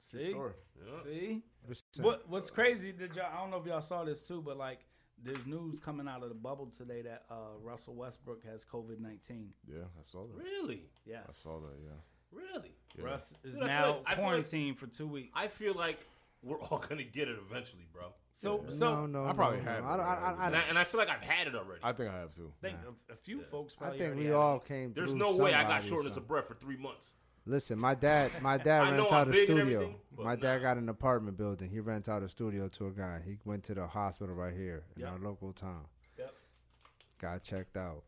S1: See,
S2: Story.
S3: Yeah.
S1: see.
S4: Percent.
S1: What What's crazy? Did y'all? I don't know if y'all saw this too, but like, there's news coming out of the bubble today that uh, Russell Westbrook has COVID nineteen.
S2: Yeah, I saw that.
S3: Really,
S1: Yes,
S2: I saw that, yeah.
S3: really.
S1: Russ
S3: Dude,
S1: is
S3: I feel
S1: now
S3: like- I feel like-
S1: quarantined for two weeks.
S3: I feel like we're all gonna get it eventually, bro.
S1: So, so
S4: No, no,
S2: I probably
S4: no,
S2: had
S4: no.
S2: it
S4: I, don't- I,
S2: already.
S4: I, I,
S3: And I, and I feel like I've had it already.
S2: I think I have to.
S1: think a, a few folks.
S4: I
S1: Probably
S4: think
S1: already
S4: we
S1: had it.
S4: all came.
S3: There's
S4: through
S3: no way I got
S4: somebody,
S3: shortness
S4: son.
S3: of breath for three months.
S4: Listen, my dad, my
S3: I
S4: dad
S3: know
S4: rents
S3: I'm
S4: out a
S3: big and
S4: studio.
S3: everything, but
S4: My dad
S3: nah.
S4: got an apartment building. He rents out a studio to a guy. He went to the hospital right here in
S1: Yep.
S4: our local town.
S1: Yep.
S4: Got checked out.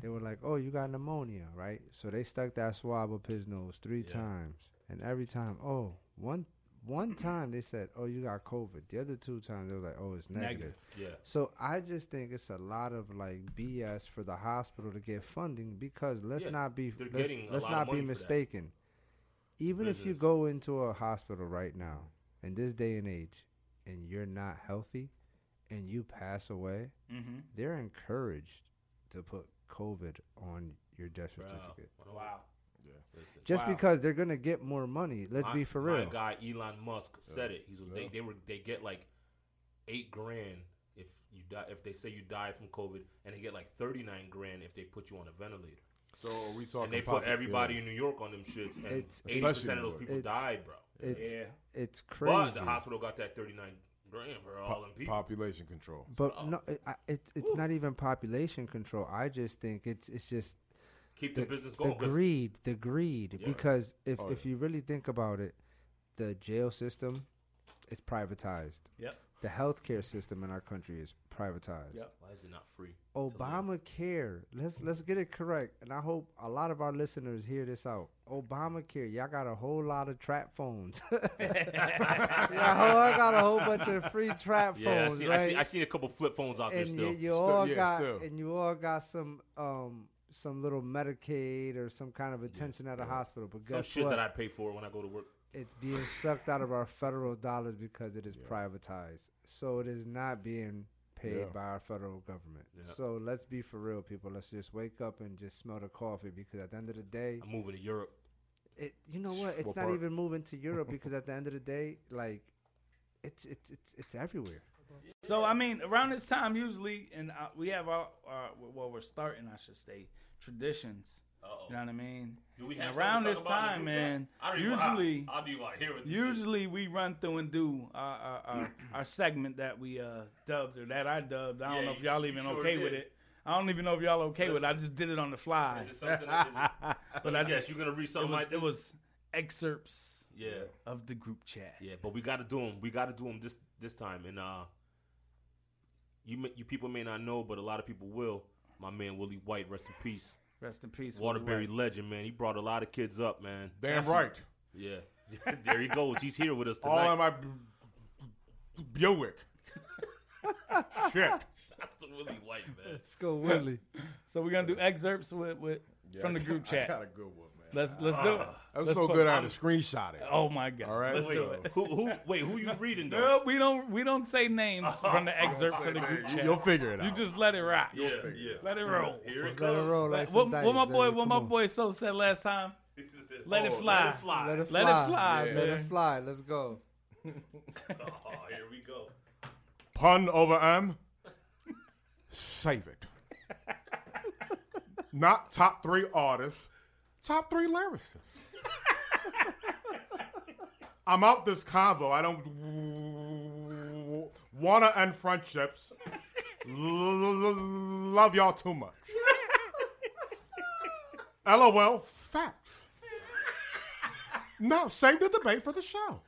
S4: They were like, "Oh, you got pneumonia, right?" So they stuck that swab up his nose three
S3: Yeah.
S4: times, and every time, oh, one one time they said, "Oh, you got COVID." The other two times they were like, "Oh, it's
S1: Negative.
S4: negative."
S3: Yeah,
S4: So I just think it's a lot of like BS for the hospital to get funding because let's
S3: Yeah,
S4: not be
S3: they're
S4: let's,
S3: getting a
S4: let's
S3: lot of
S4: not
S3: money for
S4: be
S3: that.
S4: mistaken. Even if you
S3: Business.
S4: go into a hospital right now in this day and age and you're not healthy and you pass away,
S1: Mm-hmm.
S4: they're encouraged to put COVID on your death
S3: bro.
S4: certificate.
S1: Wow.
S3: Listen.
S4: Just
S1: Wow.
S4: because they're gonna get more money. Let's
S3: My-
S4: be for real.
S3: My guy Elon Musk said it. He's they,
S2: Yeah.
S3: they were they get like eight grand if you die if they say you die from COVID, and they get like thirty nine grand if they put you on a ventilator.
S2: So are we talking
S3: and they put
S2: pocket-
S3: everybody
S2: yeah.
S3: in New York on them shits, and
S4: It's-
S3: eighty
S2: Especially
S3: percent of
S2: New
S3: those
S2: York.
S3: people
S4: It's
S3: died, bro.
S4: It's
S1: Yeah.
S4: it's crazy.
S3: But the hospital got that thirty nine grand for all
S2: Po-
S3: them people.
S2: population control.
S4: But
S3: Oh.
S4: no, it, I- it's it's
S3: Oof.
S4: not even population control. I just think it's it's just
S3: Keep the,
S4: the,
S3: business
S4: the
S3: going. 'cause
S4: greed, the greed.
S3: Yeah.
S4: Because if
S2: Oh,
S4: if you really think about it, the jail system is privatized.
S1: Yep.
S4: The healthcare system in our country is privatized.
S1: Yep.
S3: why is it not free?
S4: Obamacare. Let's let's get it correct, and I hope a lot of our listeners hear this out. Obamacare. Y'all got a whole lot of trap phones. Y'all I got a whole bunch of free trap
S3: Yeah,
S4: phones,
S3: I, see,
S4: right?
S3: I, see, I seen a couple flip phones out there
S4: and you,
S3: still.
S4: you
S2: Still-
S4: all
S2: yeah,
S4: got
S2: still.
S4: and you all got some um some little Medicaid or some kind of attention at a hospital. But
S3: Some
S4: guess
S3: shit
S4: what?
S3: that I pay for when I go to work.
S4: it's being sucked out of our federal dollars because it is privatized. So it is not being paid
S2: Yeah.
S4: by our federal government.
S3: Yeah.
S4: So let's be for real, people. Let's just wake up and just smell the coffee because at the end of the day,
S3: I'm moving to Europe.
S4: it you know what? It's
S2: What
S4: not
S2: part?
S4: even moving to Europe because at the end of the day, like it's it's it's it's everywhere.
S1: So I mean, around this time usually, and uh, we have our, our well, we're starting, I should say, traditions.
S3: Uh-oh.
S1: You know what I mean?
S3: Do we
S1: And
S3: have
S1: around
S3: something
S1: this
S3: to talk about in
S1: time,
S3: the group
S1: man?
S3: chat? I don't even-
S1: Usually,
S3: I- I'll be right here with this shit.
S1: usually we run through and do our our, our, our segment that we uh, dubbed or that I dubbed. I don't
S3: Yeah,
S1: know if
S3: you-
S1: y'all
S3: you
S1: even
S3: sure
S1: okay with
S3: did.
S1: it. I don't even know if y'all okay with it. I just did it on the fly,
S3: Is it something? That, is it,
S1: but I
S3: yes,
S1: just
S3: you're gonna read something
S1: it was,
S3: like that.
S1: it was excerpts
S3: Yeah,
S1: of the group chat.
S3: yeah, but we got to do them. We got to do them this this time. And uh, you may, you people may not know, but a lot of people will. My man Willie White, rest in peace.
S1: Rest in peace, Willie
S3: Waterbury
S1: White.
S3: legend, man. He brought a lot of kids up, man.
S2: Damn right.
S3: Yeah, there he goes. He's here with us
S2: All
S3: tonight.
S2: in my Buick. Shit.
S3: Shout out to Willie White, man.
S4: Let's go, Willie.
S1: So we're gonna do excerpts with, with from the group
S2: I got
S1: chat.
S2: a good one, man.
S1: Let's let's do it.
S3: Ah.
S2: That was
S1: Let's
S2: so
S1: put-
S2: good. I had to screenshot it.
S1: Oh my god!
S2: All right,
S1: let's
S2: wait.
S1: do it.
S3: Who who? Wait, who you reading though?
S1: No, we don't we don't say names from the excerpts
S2: Say,
S1: from the
S2: man,
S1: group
S2: you-
S1: chat.
S2: You'll figure it out.
S1: You just let it rock.
S3: Yeah,
S2: figure
S3: yeah.
S1: Let it roll.
S3: Here it
S4: Just let it
S3: comes.
S4: roll like
S1: what,
S4: some
S1: what
S4: dice,
S1: my boy,
S4: baby.
S1: what
S4: Come
S1: my
S4: on.
S1: boy so said last time. Let it
S3: Oh,
S1: fly.
S3: Let it fly.
S4: Let it fly.
S1: Let it fly,
S4: Let
S1: man.
S4: it fly. Let's go.
S3: Oh, here we go.
S2: Pun over M. Save it. Not top three artists, top three lyricists. I'm out this convo. I don't wanna end friendships. L- l- l- love y'all too much. LOL facts. No, save the debate for the show.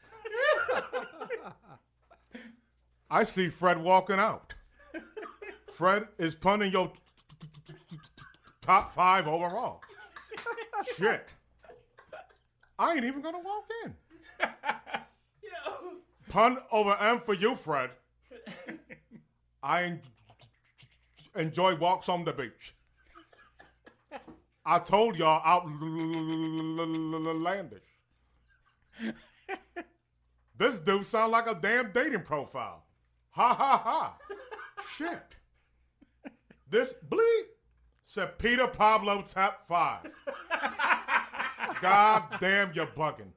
S2: I see Fred walking out. Fred is punting your t- t- t- t- t- top five overall. Shit. I ain't even gonna walk in. Pun over M for you, Fred. I en- enjoy walks on the beach. I told y'all outlandish. This dude sound like a damn dating profile. Ha ha ha. Shit. This bleep said Peter Pablo top five. God damn, you're bugging.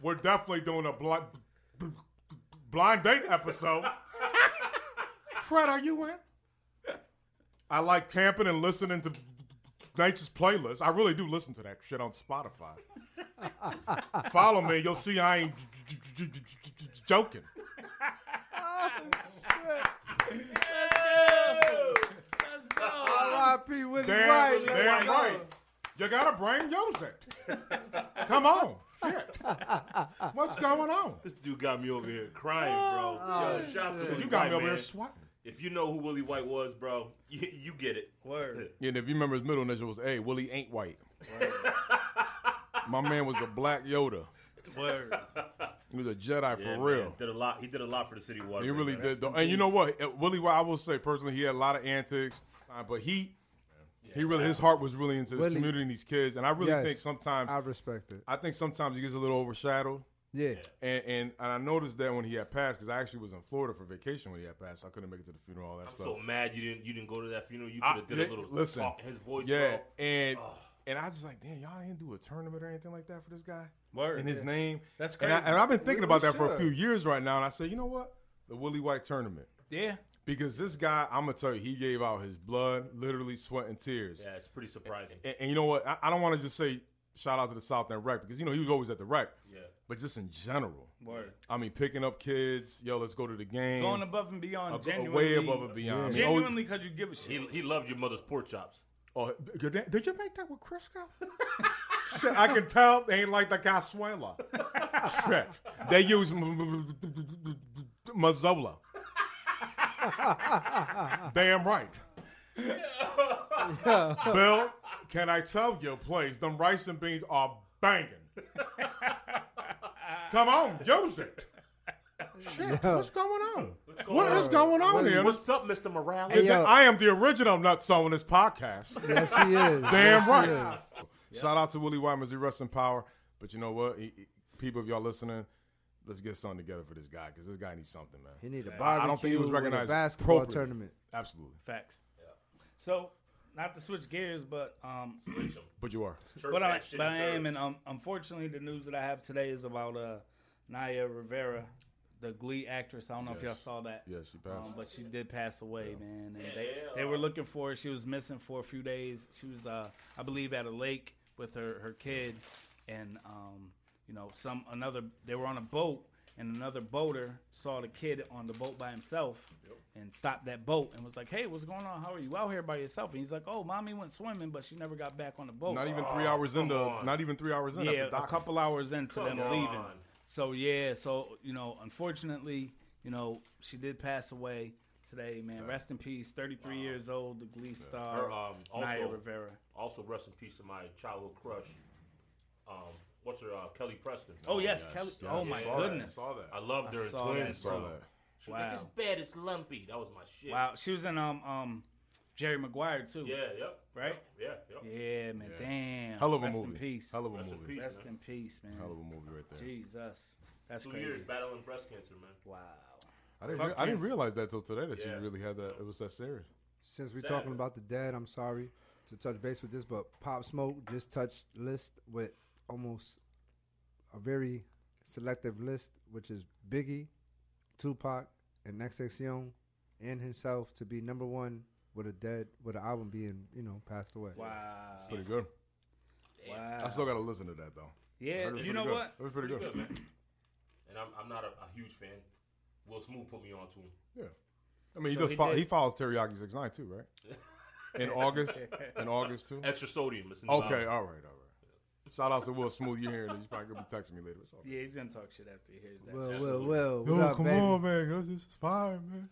S2: We're definitely doing a blind, blind date episode. Fred, are you in? I like camping and listening to nature's playlist. I really do listen to that shit on Spotify follow me, you'll see I ain't j- j- j- j- j- joking.
S4: R.I.P. Willie
S2: Damn,
S4: White. Let's
S2: damn
S4: go.
S2: right. You got a brain, use it. Come on. Shit. What's going on?
S3: This dude got me over here crying, bro.
S1: Oh,
S3: Yo, shouts to Willie
S2: You got
S3: White,
S2: me over
S3: man.
S2: here sweating.
S3: If you know who Willie White was, bro, you, you get it.
S1: Word.
S2: Yeah, and if you remember his middle initial was A, Willie ain't white. My man was the black Yoda.
S1: Word.
S2: He was a Jedi
S3: Yeah,
S2: for
S3: man.
S2: real.
S3: Did a lot. He did a lot for the city of Waterbury.
S2: He really
S3: man.
S2: did, though. and you know what, Uh, Willie White. I will say personally, he had a lot of antics, uh, but he, he really, his heart was really into this
S4: Willie.
S2: community and these kids. And I really
S4: Yes.
S2: think sometimes,
S4: I respect it.
S2: I think sometimes he gets a little overshadowed.
S4: Yeah.
S2: And, and and I noticed that when he had passed, because I actually was in Florida for vacation when he had passed. I couldn't make it to the funeral, all that
S3: I'm
S2: stuff.
S3: so mad you didn't you didn't go to that funeral. You
S2: I-
S3: could have did a little
S2: listen,
S3: talk. His voice,
S2: yeah,
S3: bro.
S2: and and I was just like, damn, y'all didn't do a tournament or anything like that for this guy
S1: Word.
S2: in his name.
S1: That's
S2: And, I,
S1: crazy.
S2: and I've been thinking
S4: We-
S2: about
S4: we
S2: that for a
S4: should.
S2: few years right now, and I said, you know what, the Willie White tournament,
S1: Yeah.
S2: because this guy, I'm gonna tell you, he gave out his blood, literally sweat and tears.
S3: Yeah, it's pretty surprising.
S2: And, and you know what, I, I don't want to just say shout out to the South End Rec because you know he was always at the Rec,
S3: Yeah.
S2: but just in general.
S1: Word.
S2: I mean, picking up kids, yo, let's go to the game.
S1: Going above and beyond.
S2: ab- way
S1: genuinely,
S2: above and beyond. I mean, oh,
S1: Genuinely, because you give a shit.
S3: He he loved your mother's pork chops.
S2: oh, did that- did you make that with Crisco? Shit, I can tell they ain't like the Consuela. Shit, they use m- m- m- m- Mazzola. Damn right. Bill, can I tell you, please? Them rice and beans are banging. Come on, use it. Shit, what's going on? What is going on here?
S3: What's up, Mr. Morales?
S2: Is
S4: Hey, yo.
S2: that- I am the original nut song in this podcast.
S4: Yes, he is.
S2: Damn
S4: yes, he
S2: right. Shout out to Willie White, as he rests in power. But you know what? He, he- people, if y'all listening, let's get something together for this guy because this guy needs something, man.
S4: is. He need a
S2: I
S4: barbecue.
S2: don't think he was
S4: with a
S2: recognized
S4: basketball
S2: appropriately.
S4: tournament.
S2: Absolutely.
S1: Facts. So, not to switch gears, but um,
S2: But you are.
S1: but I, but I am, and um, unfortunately, the news that I have today is about uh, Naya Rivera, the Glee actress. I don't know if y'all
S2: Yes.
S1: saw that.
S2: Yes, she passed.
S1: Um, but she did pass away, man. And they,
S3: yeah,
S1: they were looking for her. She was missing for a few days. She was, uh, I believe, at a lake with her, her kid, and um, you know, some another. They were on a boat, and another boater saw the kid on the boat by himself and stopped that boat and was like, "Hey, what's going on? How are you out here by yourself?" And he's like, "Oh, mommy went swimming, but she never got back on the boat."
S2: Not even
S1: Oh,
S2: three hours into.
S3: on.
S2: Not even three hours in.
S1: yeah,
S2: after
S1: a
S2: doc-
S1: couple hours into
S3: Come
S1: them leaving.
S3: on.
S1: So yeah, so you know, unfortunately, you know, she did pass away today, man. Rest in peace. Thirty three years old, the Glee star,
S3: Her, um,
S1: Naya
S3: also-
S1: Rivera.
S3: Also, rest in peace to my childhood crush. Um, what's her? Uh, Kelly Preston.
S1: Oh yes,
S2: yes,
S1: Kelly.
S2: yes,
S1: oh
S2: I
S1: my
S2: saw that, I
S1: goodness.
S2: saw that.
S3: I loved her
S1: I
S3: in
S1: saw that,
S3: Twins,
S1: bro.
S2: Saw
S3: bro.
S2: that.
S3: She was like,
S1: Wow.
S3: this bed is lumpy. That was my shit.
S1: Wow, she was in um um Jerry Maguire too.
S3: Yeah, yep.
S1: Right?
S3: Yep, yeah, yep.
S1: Yeah, man.
S2: Yeah.
S1: Damn.
S2: Hell of a
S1: Rest
S2: movie.
S1: in peace.
S2: Hell of a
S3: Rest in
S2: movie.
S3: peace.
S1: Rest
S3: man.
S1: in peace, man.
S2: Hell of a movie right there.
S1: Jesus, that's
S3: Two
S1: crazy.
S3: years battling breast cancer, man.
S1: Wow.
S2: I didn't.
S1: Fuck
S2: Re- I didn't
S1: cancer.
S2: realize that till today that she
S3: Yeah.
S2: really had that. It was that serious.
S4: Since we're
S3: Sad.
S4: talking about the dead, I'm sorry to touch base with this, but Pop Smoke just touched list with almost a very selective list, which is Biggie, Tupac, and Nexxion, and himself to be number one with a dead with an album being you know passed away.
S1: Wow.
S2: Pretty good.
S1: Wow.
S2: I still gotta listen to that though. I
S1: yeah,
S2: heard it was pretty
S1: you know
S2: good.
S1: what?
S2: It was pretty,
S3: Pretty
S2: good.
S3: good, man. And I'm, I'm not a, a huge fan. Will Smooth put me on to him.
S2: Yeah. I mean, he
S1: So
S2: does.
S1: he
S2: fol-
S1: did-
S2: he follows Teriyaki Six Nine too, right? In August. In August too.
S3: Extra sodium. It's in the
S2: Okay. All
S3: bottom.
S2: right. All right. Shout out to Will Smooth. You're hearing this. You probably gonna be texting me later. It's all good.
S1: Yeah, he's gonna talk shit after he hears that.
S4: Well, well,
S3: Absolutely.
S2: Yo,
S4: well, what up,
S2: come
S4: baby?
S2: on, man. This this is fire, man.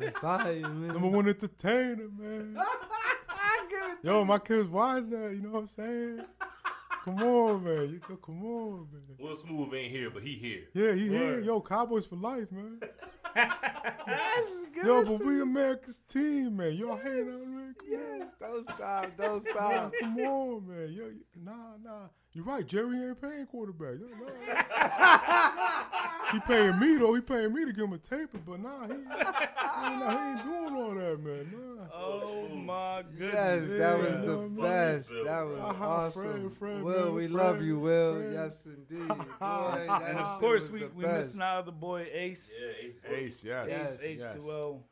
S4: It's fire, man.
S2: Number one entertainer, man. Yo, my kids wise now. You know what I'm saying? Come on, man. You go, come on, man.
S3: Will Smooth ain't here, but he here.
S2: Yeah, he here.
S1: Word.
S2: Yo, Cowboys for life, man. Yo, but we America's team, man. Y'all hate on man. Come on.
S4: Yes, don't stop, don't
S2: Yeah,
S4: stop.
S2: come on, man. Yo, you- nah, nah. You're right. Jerry ain't paying quarterback. Yo, nah. he paying me though. He paying me to give him a taper, but nah, he, nah, he ain't doing all that, man. Nah.
S1: oh my goodness.
S4: Yes, that was
S2: Yeah.
S4: the
S2: Fucking
S4: best.
S3: Bill,
S4: That
S3: bro.
S4: was
S2: Uh-huh,
S4: awesome.
S2: Fred, Fred,
S4: Will,
S2: man,
S4: we love
S2: Fred,
S4: you, Will.
S2: Fred.
S4: Yes, indeed. Boy, that
S1: And
S4: shit
S1: of course,
S4: was
S1: we
S4: the
S1: we
S4: best.
S1: missing out the boy Ace.
S3: Yeah, he's
S2: Ace, yes.
S4: Yes.
S1: Ace H two O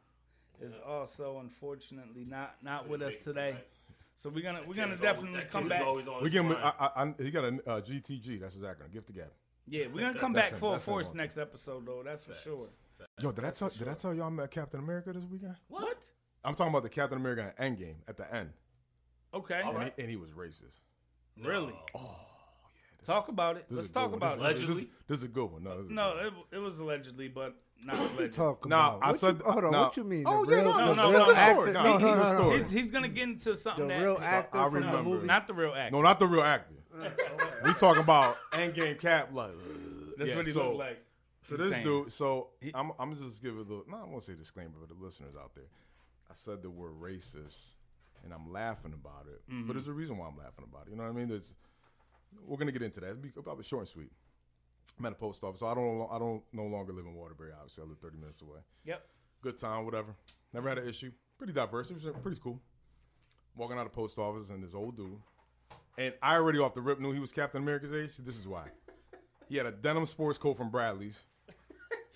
S1: is also unfortunately not not with us today. So we're gonna we're gonna definitely come back.
S2: We give him. I, I, I, he got a uh, GTG. That's his acronym. Gift to Gab.
S1: Yeah, we're gonna come
S2: That's
S1: back
S2: him,
S1: full
S2: that's him
S1: force
S2: on.
S1: next episode though. That's for sure.
S2: Yo, did I tell? Did I tell y'all I met Captain America this weekend?
S1: What?
S2: I'm talking about the Captain America and Endgame at the end,
S1: Okay,
S2: and,
S3: Alright.
S2: he, and he was racist.
S1: really? Talk about it.
S2: Oh, This
S1: Let's
S2: is a good
S1: talk
S2: one.
S1: about
S2: this,
S1: it.
S2: is-
S3: Allegedly?
S2: This, this is a good one. No, this is a
S1: No,
S2: good one.
S1: it, it was allegedly, but not allegedly.
S4: Talk
S2: Nah,
S4: about.
S2: I
S4: What
S2: said-
S4: you, hold on.
S2: nah.
S4: What you mean?
S2: Oh,
S4: the
S2: yeah,
S4: real,
S2: no,
S4: the
S1: no,
S4: real
S1: no, no,
S4: actor.
S2: no, he-
S4: No, no,
S2: he-
S4: no,
S2: the
S4: no.
S2: story.
S1: He's, he's gonna get into
S4: The
S1: something that
S4: real actor
S2: I
S4: from the
S2: remember.
S4: movie.
S1: not the real actor.
S2: no, not the real actor.
S1: Oh,
S2: we talking about Endgame Cap. Like
S1: That's
S2: yeah,
S1: what he
S2: so-
S1: looked like.
S2: So this
S1: Same.
S2: dude, so I'm, I'm just give a little. No, I won't say disclaimer for the listeners out there. I said the word racist, and I'm laughing about it.
S1: Mm-hmm.
S2: But there's a reason why I'm laughing about it. You know what I mean? There's, we're gonna get into that. It'll be probably short and sweet. I'm at a post office. So I don't. I don't no longer live in Waterbury. Obviously, I live 30 minutes away.
S1: Yep.
S2: Good time, whatever. Never had an issue. Pretty diverse. It was uh, pretty cool. Walking out of post office, and this old dude, and I already off the rip knew he was Captain America's age. This is why. He had a denim sports coat from Bradley's.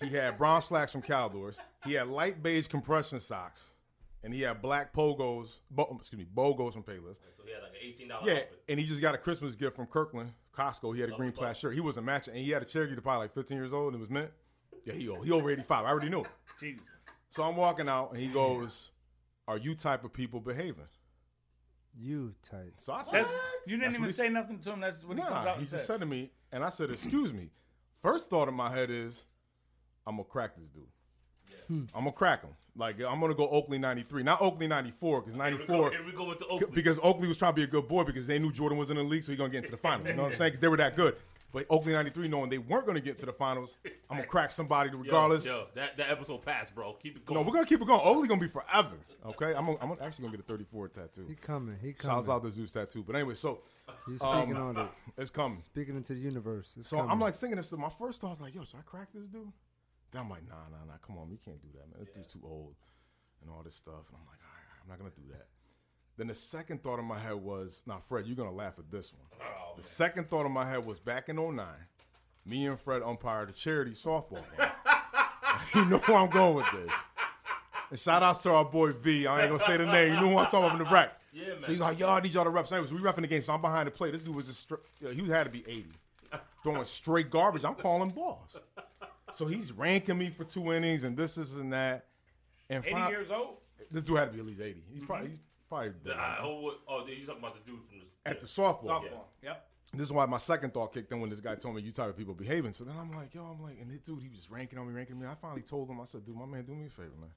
S2: He had brown slacks from Caldors. He had light beige compression socks, and he had black pogos. Bo- um, excuse me, bogos from Payless.
S3: So he had like an eighteen dollar
S2: Yeah,
S3: outfit.
S2: and he just got a Christmas gift from Kirkland Costco. He had a green plaid shirt. He wasn't matching, and he had a Cherokee that probably like 15 years old. and It was mint. Yeah, he old. He over 85. I already knew. It.
S1: Jesus.
S2: So I'm walking out, and he goes, "Are you type of people behaving?"
S4: You tight.
S2: So I said,
S1: That's, you didn't
S2: That's what
S1: even
S2: he
S1: say nothing to him. That's what he comes
S2: Nah,
S1: out
S2: he
S1: and
S2: just
S1: says.
S2: said to me, and I said, "Excuse me." First thought in my head is, "I'm gonna crack this dude. I'm gonna crack him. Like I'm gonna go Oakley '93, not Oakley '94, because
S3: Here we go.
S2: '94
S3: Here we go with the Oakland.
S2: because Oakley was trying to be a good boy because they knew Jordan was in the league, so he gonna get into the finals. You know what I'm saying? Because they were that good. But Oakley '93, knowing they weren't gonna get to the finals, I'm gonna crack somebody
S3: Yo,
S2: regardless.
S3: Yo, that, that episode passed, bro. Keep it going.
S2: No, we're gonna keep it going. Oakley gonna be forever. Okay, I'm, gonna, I'm gonna- actually gonna get a 34
S4: He
S2: tattoo.
S4: coming. He coming.
S2: Shouts out to Zeus tattoo. But anyway, so
S4: He's
S2: um,
S4: speaking on it.
S2: it's coming.
S4: Speaking into the universe. It's
S2: So
S4: coming.
S2: I'm like singing this. to My first thought was like, "Yo, should I crack this dude?" Then I'm like, "Nah, nah, nah. Come on, you can't do that, man. This dude's too old, and all this stuff." And I'm like, "All right, I'm not gonna do that." Then the second thought in my head was, "Now, Fred, you're gonna laugh at this one."
S3: Oh,
S2: the second thought in my head was back in 09, me and Fred umpired a charity softball game. you know where I'm going with this. And shout outs to our boy V. I ain't gonna say the name. You know who I'm talking about from the rec.
S3: Yeah, man.
S2: So he's like, y'all need y'all to ref. So anyways, we refing the game. So I'm behind the plate. This dude was just, stri- yeah, he had to be 80, throwing straight garbage. I'm calling balls. So he's ranking me for two innings and this, this, and that. And
S1: 80
S2: fi-
S1: years old?
S2: this dude had to be at least eighty. He's probably he's probably
S3: The, I, oh, what- oh, you talking about the dude from the
S2: at the softball.
S1: Softball. Yep.
S2: This is why my second thought kicked in when this guy told me you tired of people behaving. So then I'm like, yo, I'm like, and this dude, he was ranking on me, ranking me. I finally told him, I said, dude, my man, do me a favor, man.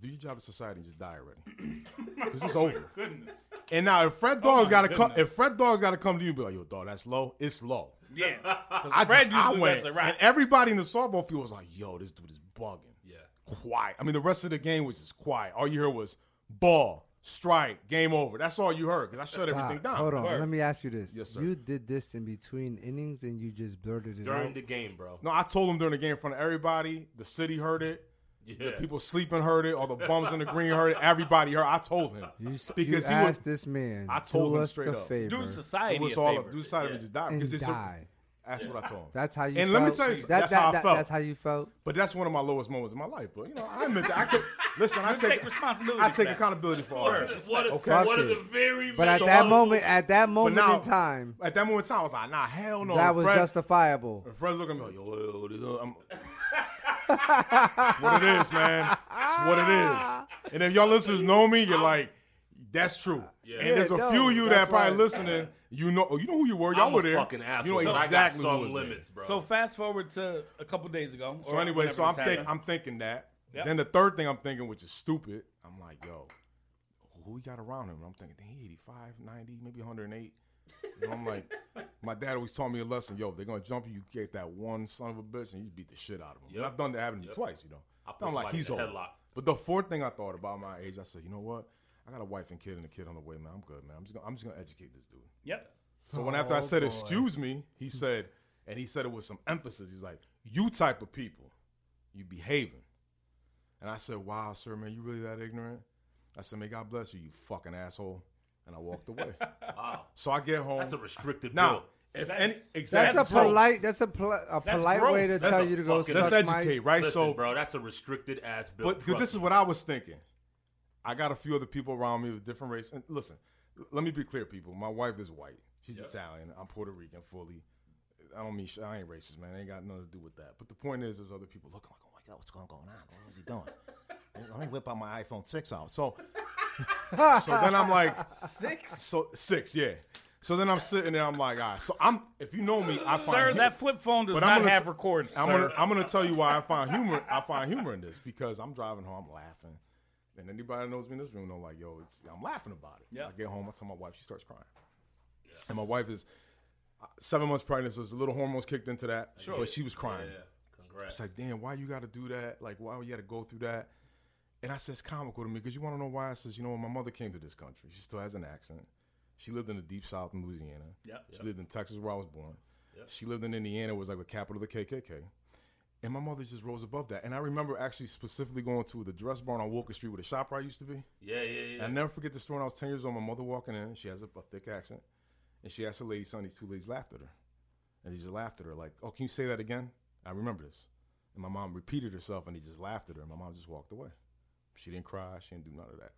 S2: Do your job in society and just die already, because it's over.
S1: Goodness.
S2: And now if Fred Dog's
S1: Oh my
S2: got to come,
S1: goodness.
S2: if Fred Dog's got to come to you, and be like, yo, dog, that's low. It's low.
S1: Yeah.
S2: I
S1: Fred
S2: just, I
S1: usually
S2: went,
S1: does it right.
S2: and everybody in the softball field was like, yo, this dude is bugging
S3: Yeah.
S2: quiet. I mean, the rest of the game was just quiet. All you heard was ball, strike, game over. That's all you heard because I shut
S4: Ah,
S2: everything down.
S4: Hold on.
S1: Word.
S4: Let me ask you this.
S2: Yes, sir.
S4: You did this in between innings and you just blurted it
S3: During
S4: out.
S3: the game, bro.
S2: No, I told him during the game in front of everybody. The city heard it.
S3: Yeah.
S2: The people sleeping heard it. All the bums in the green heard it. Everybody heard. I told him
S4: you s- you
S2: because he was.
S4: asked this man.
S2: I told
S4: do
S2: him
S4: us
S2: straight
S4: the
S2: up.
S4: Favor
S1: Do society
S2: It was
S1: a
S2: all
S1: favor.
S2: up. Do side of
S3: Yeah.
S2: it, just die because
S4: and
S2: it's.
S4: die.
S2: That's what I told him.
S4: That's how you.
S2: And let me
S4: felt?
S2: tell you something. That's
S4: that,
S2: how I
S4: that-
S2: felt.
S4: That's how you felt.
S2: but that's one of my lowest moments in my life. But you know, I admit that. I could listen. I
S1: You take
S2: take.
S1: responsibility.
S2: I
S1: for
S2: take
S1: that.
S2: accountability for all. That.
S3: What a,
S2: Okay.
S3: what
S4: Fuck
S3: a the
S4: it.
S3: very
S4: But at
S3: so-
S4: that moment, at that moment
S2: now-
S4: in time,
S2: At that moment in time, I was like, Nah, hell no.
S4: that
S2: And
S4: was
S2: Fred-
S4: justifiable.
S2: and Fred's looking at me like, Yo, yo, yo, yo, I'm. It's what it is, man. It's what it is. And if y'all listeners know me, you're like, that's true.
S3: Yeah.
S2: And there's a
S4: Yeah, no,
S2: few of you that
S4: that's
S2: probably
S4: right.
S2: listening. You know, oh, you know who you were. Y'all
S3: I'm
S2: were
S3: a
S2: there.
S3: fucking asshole.
S2: You know
S3: but
S2: exactly
S3: I
S2: who
S3: got
S2: was
S3: some
S2: there.
S3: limits, bro.
S1: So fast forward to a couple days ago.
S2: So
S1: or
S2: anyway, so
S1: whenever
S2: I'm
S1: this
S2: think,
S1: happened.
S2: I'm thinking that.
S1: Yep.
S2: Then the third thing I'm thinking, which is stupid, I'm like, yo, who we got around him? And I'm thinking, dang, he 85, 90, maybe 108. You know, I'm like, my dad always taught me a lesson. Yo, if they're gonna jump you, you get that one son of a bitch, and you beat the shit out of him. And
S3: Yep.
S2: I've done that happened to me twice, you know.
S3: I put
S2: I'm like,
S3: somebody
S2: he's
S3: in
S2: old.
S3: a headlock.
S2: But the fourth thing I thought about my age, I said, you know what? I got a wife and kid and a kid on the way, man. I'm good, man. I'm just gonna, I'm just gonna educate this dude.
S1: Yep.
S2: So when after I
S4: Oh,
S2: said
S4: boy.
S2: excuse me, he said, and he said it with some emphasis. He's like, "You type of people, you behaving." And I said, "Wow, sir, man, you really that ignorant?" I said, "May God bless you, you fucking asshole." And I walked away.
S3: wow.
S2: so I get home.
S3: That's a restricted
S2: now,
S3: bill.
S2: if
S1: That's-
S2: any,
S1: that's
S2: exactly.
S4: That's a
S1: growth.
S4: polite. That's a, pol- a polite
S1: growth.
S4: way to
S3: That's
S4: tell
S3: a
S4: you to go
S3: fucking-
S4: suck
S2: Let's educate,
S4: my.
S2: right?
S3: Listen,
S2: so,
S3: bro, that's a restricted ass bill.
S2: but 'cause
S3: Trust
S2: this is
S3: me.
S2: what I was thinking. I got a few other people around me with different race. And listen, l- let me be clear, people. My wife is white. She's Italian. I'm Puerto Rican fully. I don't mean sh- I ain't racist, man. ain't got nothing to do with that. But the point is, there's other people looking like, oh my god, what's going going on? What is he doing? let me whip out my iPhone six out. So, so then I'm like,
S1: Six.
S2: so six, yeah. So then I'm sitting there. I'm like, all right. So I'm, if you know me, I find
S1: Sir,
S2: hu-
S1: that flip phone does
S2: But I'm
S1: not
S2: gonna-
S1: have records.
S2: I'm
S1: sir.
S2: gonna I'm gonna tell you why I find humor I find humor in this because I'm driving home, I'm laughing. And anybody that knows me in this room know like, yo, it's I'm laughing about it.
S1: Yeah.
S2: I get home, I tell my wife, she starts crying. And my wife is uh, seven months pregnant, so it's a little hormones kicked into that. Sure. But she was crying.
S3: Yeah. Congrats.
S2: It's like, damn, why you got to do that? Like, why you got to go through that? And I said, it's comical to me because you want to know why. I says, you know, when my mother came to this country, she still has an accent. She lived in the deep south in Louisiana.
S1: Yep.
S2: She lived in Texas where I was born. She lived in Indiana, was like a capital of the KKK. And my mother just rose above that. And I remember actually specifically going to the dress barn on Walker Street where the shop I used to be.
S3: yeah, yeah, yeah.
S2: And I never forget the story when I was 10 years old. My mother walking in, she has a, a thick accent, and she asked the lady, son, these two ladies laughed at her. And they just laughed at her, like, oh, can you say that again? I remember this. And my mom repeated herself, and he just laughed at her, and my mom just walked away. She didn't cry, she didn't do none of that.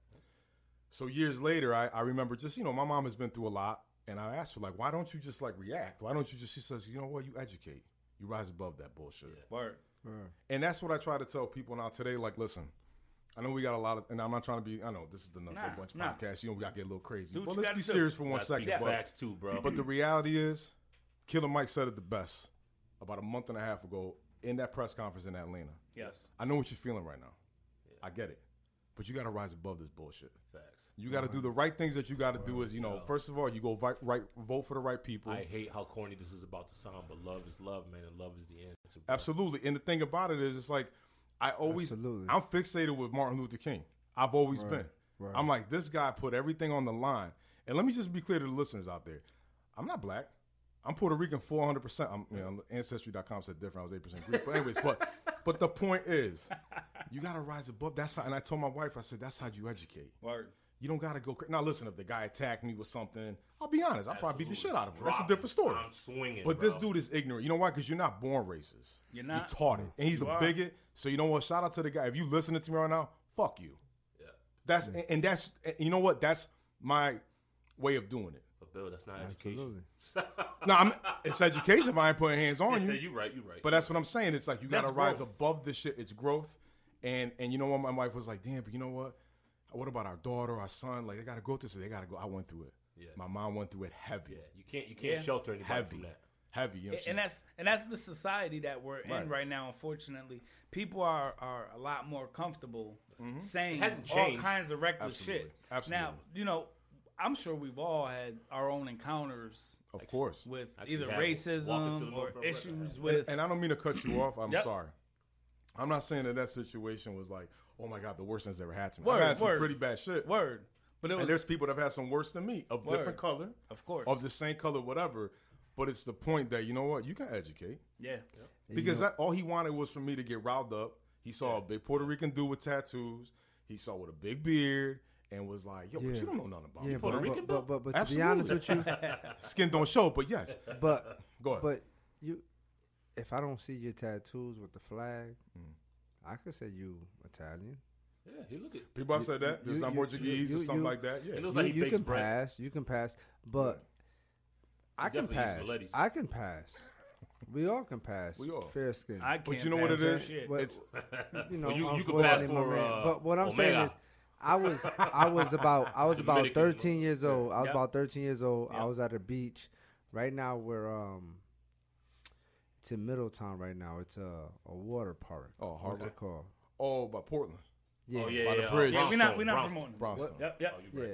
S2: So years later, I, I remember just, you know, my mom has been through a lot, and I asked her, like, why don't you just, like, react? Why don't you just, she says, you know what, you educate. You rise above that bullshit.
S1: Word.
S2: And that's what I try to tell people now today. Like, listen, I know we got a lot of, and I'm not trying to be. I know this is the Nuts
S1: Nah,
S2: Bunch
S1: nah.
S2: podcast. You know, we got to get a little crazy.
S1: Do what
S2: Well,
S1: you
S2: let's
S1: gotta
S2: be
S1: do.
S2: serious for one
S3: Gotta
S2: second.
S3: speak
S2: but-
S3: facts too, bro.
S2: But the reality is, Killer Mike said it the best about a month and a half ago in that press conference in Atlanta.
S1: Yes.
S2: I know what you're feeling right now. I get it, but you got to rise above this bullshit.
S3: facts.
S2: You got to
S1: Uh-huh.
S2: do the right things that you got to do. Is you know, first of all, you go vi- right vote for the right people.
S3: I hate how corny this is about to sound, but love is love, man, and love is the answer. bro.
S2: Absolutely. And the thing about it is, it's like I always,
S4: Absolutely.
S2: I'm fixated with Martin Luther King. I've always been.
S4: right.
S2: I'm like, this guy put everything on the line. And let me just be clear to the listeners out there I'm not black. I'm Puerto Rican 400%. I'm, you know, Ancestry.com said different. I was 8% Greek. But, anyways, but but the point is, you got to rise above. That's how, and I told my wife, I said, that's how you educate.
S1: Word.
S2: You don't got to go. Cra- now, listen, if the guy attacked me with something, I'll be honest. I'll probably beat the
S3: Absolutely.
S2: shit out of him. That's a
S3: Drop
S2: different
S3: it.
S2: story.
S3: I'm swinging.
S2: But
S3: bro.
S2: this dude is ignorant. You know why? Because you're not born racist.
S1: You're not.
S2: You taught it, and he's
S1: You
S2: a
S1: are.
S2: bigot. So you know what? Shout out to the guy. If you listening to me right now, fuck you.
S3: Yeah.
S2: That's and- and that's and you know what? That's my way of doing it.
S3: But Bill, that's not
S4: Absolutely.
S3: education.
S2: No, I'm, it's education if I ain't putting hands on
S3: yeah,
S2: you.
S3: you right, you right.
S2: But that's what I'm saying. It's like you got to
S1: That's
S2: rise
S1: growth.
S2: above this shit. It's growth, and and you know what? My wife was like, "Damn, but you know what? What about our daughter, our son? Like they got to go through this. They got to go. I went through it.
S3: Yeah.
S2: My mom went through it heavy,
S3: yeah, you can't you can't
S1: Yeah.
S3: shelter anybody
S2: Heavy.
S3: from that.
S2: heavy. You know, she's-
S1: and that's and that's the society that we're
S2: Right.
S1: in right now. Unfortunately, people are are a lot more comfortable
S2: Mm-hmm.
S1: saying
S3: It hasn't
S1: all
S3: changed.
S1: kinds of reckless
S2: Absolutely.
S1: shit.
S2: Absolutely.
S1: Now you know, I'm sure we've all had our own encounters
S2: of course.
S1: with
S3: Actually
S1: either
S3: have. Walk into the
S1: racism or
S3: motherfucker.
S1: issues with.
S2: And I don't mean to cut you off. I'm
S1: Yep.
S2: sorry. I'm not saying that that situation was like, oh my god, the worst thing's ever happened to me.
S1: Word,
S2: I've had some
S1: word.
S2: pretty bad shit.
S1: word, but it
S2: And
S1: was
S2: there's people that have had some worse than me of
S1: Word.
S2: different color,
S1: of course,
S2: of the same color, whatever. But it's the point that you know what you can educate.
S1: yeah,
S4: And you
S2: Because
S4: know-
S2: that, all he wanted was for me to get riled up. He saw a big Puerto Rican dude with tattoos. He saw with a big beard and was like, "Yo, but
S4: Yeah.
S2: you don't know nothing about
S4: yeah,
S2: me.
S4: but,
S3: Puerto Rican,
S4: but, but, but, but to be
S2: Absolutely.
S4: honest with you,
S2: Skin don't show, but yes,
S4: but
S2: go ahead.
S4: but you, if I don't see your tattoos with the flag,
S2: Mm.
S4: I could say you Italian.
S3: Yeah, he look at
S2: People have said that.
S4: you-
S2: There's not
S4: you-
S2: Portuguese
S4: you-
S2: or
S4: you-
S2: something
S4: you-
S2: like that.
S3: It
S2: Yeah,
S3: looks
S4: you,
S3: like he
S4: you
S3: bakes
S4: can
S3: bread.
S4: pass. You can pass, but I can
S3: definitely
S4: pass.
S3: used Miletti's.
S4: I can pass. We all can pass.
S2: We all.
S4: fair skin.
S1: I can't.
S2: you know what
S1: pass
S2: it
S1: that
S2: is?
S1: shit.
S4: But,
S2: it's-
S4: you know,
S3: uh, Well, you- you could
S4: unfortunately,
S3: pass
S4: my
S3: for,
S4: man-
S3: uh,
S4: but what I'm saying
S3: Omega.
S4: is, I was I was about I was about
S3: Dominican.
S4: 13 years old. I was
S1: Yeah.
S4: about 13 years old. I
S1: Yeah.
S4: was at a beach. Right now we're um, it's in Middletown. Right now it's a a water park.
S2: Oh, hard
S4: what's it called?
S2: oh, by Portland,
S3: Oh yeah,
S2: By
S3: yeah,
S2: the
S3: yeah.
S2: bridge.
S1: Yeah, we're not
S3: Brownstone,
S1: we're not
S3: Brownstone.
S1: promoting. it.
S2: Bronson.
S1: Yep, yep.
S3: Oh, you
S4: Yeah.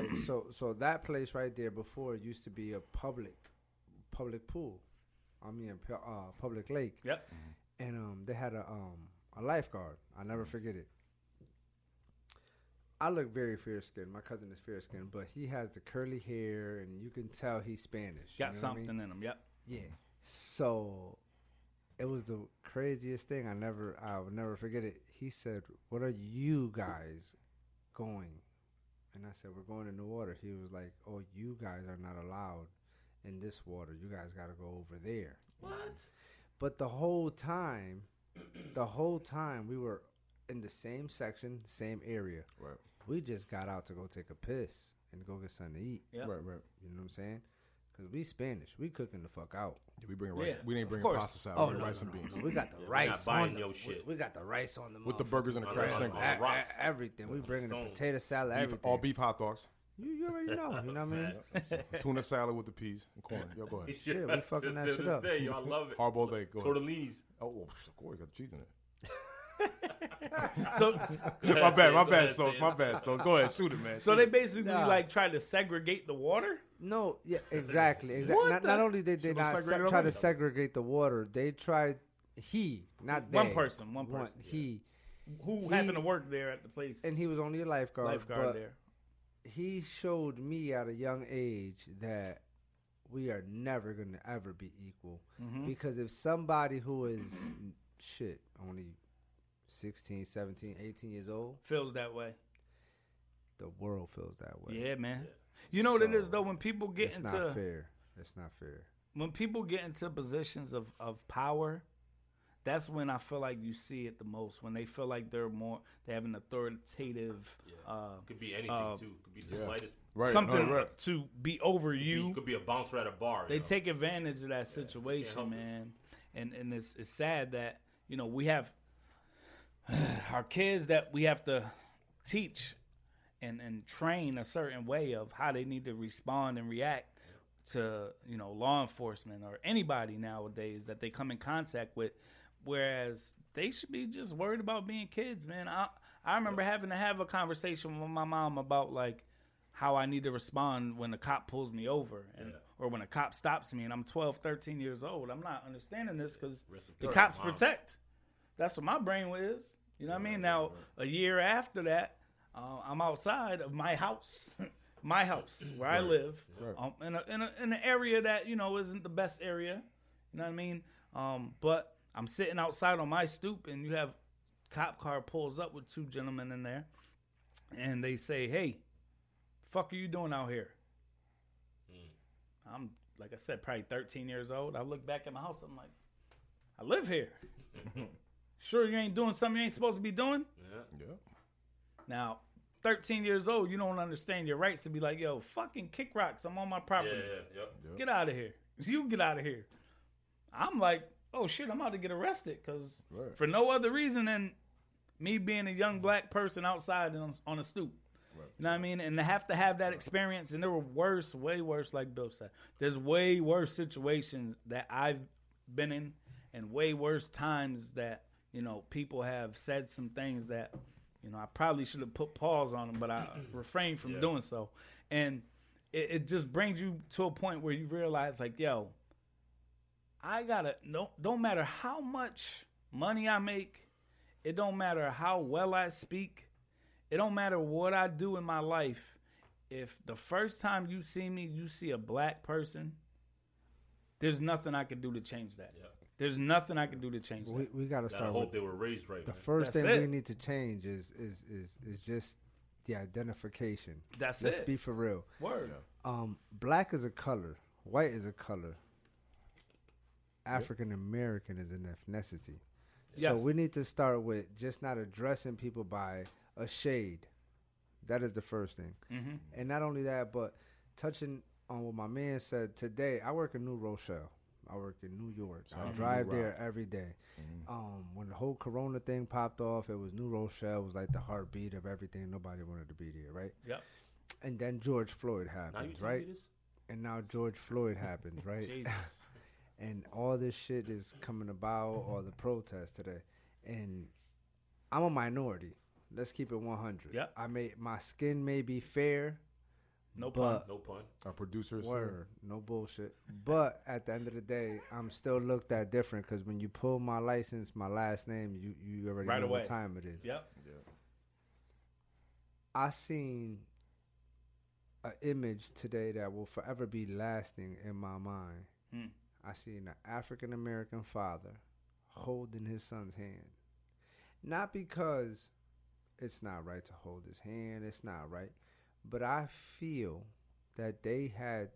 S3: right.
S4: Okay. so so that place right there before it used to be a public public pool. I mean, pu- uh, public lake.
S1: Yep.
S4: And um, they had a um a lifeguard. I never forget it. I look very fair skinned. My cousin is fair skinned, but he has the curly hair, and you can tell he's Spanish. you
S1: Got
S4: know what I mean?
S1: something in them. Yep.
S4: Yeah. So it was the craziest thing. I never, I will never forget it. He said, "What are you guys going?" And I said, "We're going in the water." He was like, "Oh, you guys are not allowed in this water. You guys got to go over there."
S3: What?
S4: But the whole time, the whole time we were in the same section, same area.
S2: Right.
S4: We just got out to go take a piss and go get something to eat.
S1: Yep.
S2: right, right.
S4: You know what I'm saying? Because we Spanish, we cooking the fuck out.
S2: Yeah, we bring rice.
S1: Yeah,
S2: we ain't
S1: of
S2: bringing
S1: course.
S2: pasta salad.
S4: Oh,
S2: we
S4: no,
S2: bring
S4: no,
S2: rice
S4: no,
S2: and beans
S4: no. We got the
S3: Yeah, we're not
S4: rice.
S3: buying
S4: on the,
S3: your
S4: we-
S3: shit.
S4: We, got the rice on the
S2: with the
S4: motherfucker.
S2: burgers and the
S3: On
S2: crab
S3: the-
S4: E-
S2: singles.
S3: on the rocks.
S4: e- everything. We bringing the
S3: Stones.
S4: potato salad,
S2: Beef-
S4: everything.
S2: all beef hot dogs,
S4: You, you already know. You know what I mean?
S2: tuna salad with the peas and corn. Yo, go ahead.
S4: Shit, we fucking
S3: To-
S4: that
S3: to
S4: shit
S3: this
S4: up.
S3: Day, yo, I love it.
S2: Hard-boiled egg. Go ahead.
S3: Tortellinis.
S2: Oh, well, of course, got the cheese in it.
S1: So
S2: my bad, my
S3: Go
S2: bad,
S3: ahead,
S2: so
S3: say it.
S2: my bad, so go ahead, shoot it, man.
S1: so
S2: shoot
S1: they
S2: it.
S1: basically
S4: Nah.
S1: like tried to segregate the water.
S4: No, yeah, exactly, exactly.
S1: What
S4: Not,
S1: the-
S4: not only did they
S2: Should've
S4: not se-
S2: segregated
S4: try
S2: already.
S4: to segregate the water, they tried he, not they.
S1: One person, one person, yeah.
S4: he,
S1: Who
S4: He-
S1: happened to work there at the place?
S4: and he was only a lifeguard. but
S1: lifeguard there.
S4: He showed me at a young age that we are never gonna ever be equal.
S1: Mm-hmm.
S4: Because if somebody who is shit only 16, 17, 18 years old,
S1: Feels that way.
S4: the world feels that way.
S1: Yeah, man. You know what it is though when people get
S4: it's
S1: into
S4: not fair. It's not fair.
S1: when people get into positions of, of power, that's when I feel like you see it the most. When they feel like they're more, they have an authoritative uh,
S3: Could be anything
S4: Um,
S1: Uh,
S3: too. Could be the slightest.
S2: right,
S1: something
S2: right, right.
S1: to be over you.
S3: Could be a bouncer at a bar.
S1: They
S3: yo.
S1: take advantage of that situation,
S3: help it.
S1: man. And and it's it's sad that you know we have our kids that we have to teach and and train a certain way of how they need to respond and react to you know law enforcement or anybody nowadays that they come in contact with whereas they should be just worried about being kids man i i remember having to have a conversation with my mom about like how i need to respond when a cop pulls me over and or when a cop stops me and i'm 12 13 years old i'm not understanding this because
S3: Rest in
S1: the
S3: peace,
S1: cops
S3: moms.
S1: protect that's what my brain was. You know what I mean? Now, a year after that, uh, I'm outside of my house, my house where I live, um, in, a, in, a, in an area that you know isn't the best area. You know what I mean? Um, but I'm sitting outside on my stoop, and you have cop car pulls up with two gentlemen in there, and they say, "Hey, fuck are you doing out here?" I'm like I said, probably 13 years old. I look back at my house. I'm like, I live here. sure, you ain't doing something you ain't supposed to be doing.
S3: Yeah.
S2: Yeah.
S1: Now, 13 years old, you don't understand your rights to be like, yo, fucking kick rocks. I'm on my
S3: Yeah,
S1: property.
S3: yeah, yep.
S1: Get out of here. You get out of here. I'm like, oh shit, I'm about to get arrested because
S2: Right.
S1: for no other reason than me being a young black person outside and on, on a stoop. You know what I mean? And to have to have that experience, and there were worse, way worse, like Bill said. There's way worse situations that I've been in, and way worse times that, you know, people have said some things that, you know, I probably should have put pause on them, but I refrained from doing so. And it, it just brings you to a point where you realize, like, yo, I gotta no don't matter how much money I make, it don't matter how well I speak, it don't matter what I do in my life. If the first time you see me, you see a black person, there's nothing I can do to change that. There's nothing I can do to change
S4: We,
S1: that.
S4: we got to
S3: Gotta
S4: start with
S3: hope they were raised right.
S4: the
S3: man.
S4: first
S1: That's
S4: thing
S1: it.
S4: we need to change is is is is just the identification.
S1: That's
S4: Let's
S1: it.
S4: be for real.
S1: Word.
S4: Um, black is a color. White is a color. African American is an ethnicity.
S1: Yes.
S4: So we need to start with just not addressing people by a shade. That is the first thing.
S3: Mm-hmm.
S4: And not only that, but touching on what my man said today, I work in New Rochelle. I work in New York. I
S2: out to
S4: drive
S2: New
S4: there every day.
S3: Mm-hmm.
S4: Um, when the whole Corona thing popped off, it was New Rochelle. It was like the heartbeat of everything. Nobody wanted to be there, right?
S1: Yep.
S4: And then George Floyd
S3: Now you
S4: happens,
S3: tell
S4: right?
S3: me this?
S4: And now George Floyd happens, right?
S1: Jesus.
S4: and all this shit is coming about, all the protests today. And I'm a minority. Let's keep it 100.
S1: Yep.
S4: I may my skin may be fair,
S1: No
S4: But-
S1: pun.
S3: No pun.
S2: Our producer is here.
S4: word, no bullshit. But at the end of the day, I'm still looked at different because when you pull my license, my last name, you you already
S1: Right
S4: know
S1: away.
S4: what time it is.
S1: Yep.
S4: I seen an image today that will forever be lasting in my mind.
S1: Hmm.
S4: I seen an African American father holding his son's hand. Not because it's not right to hold his hand, it's not right, but I feel that they had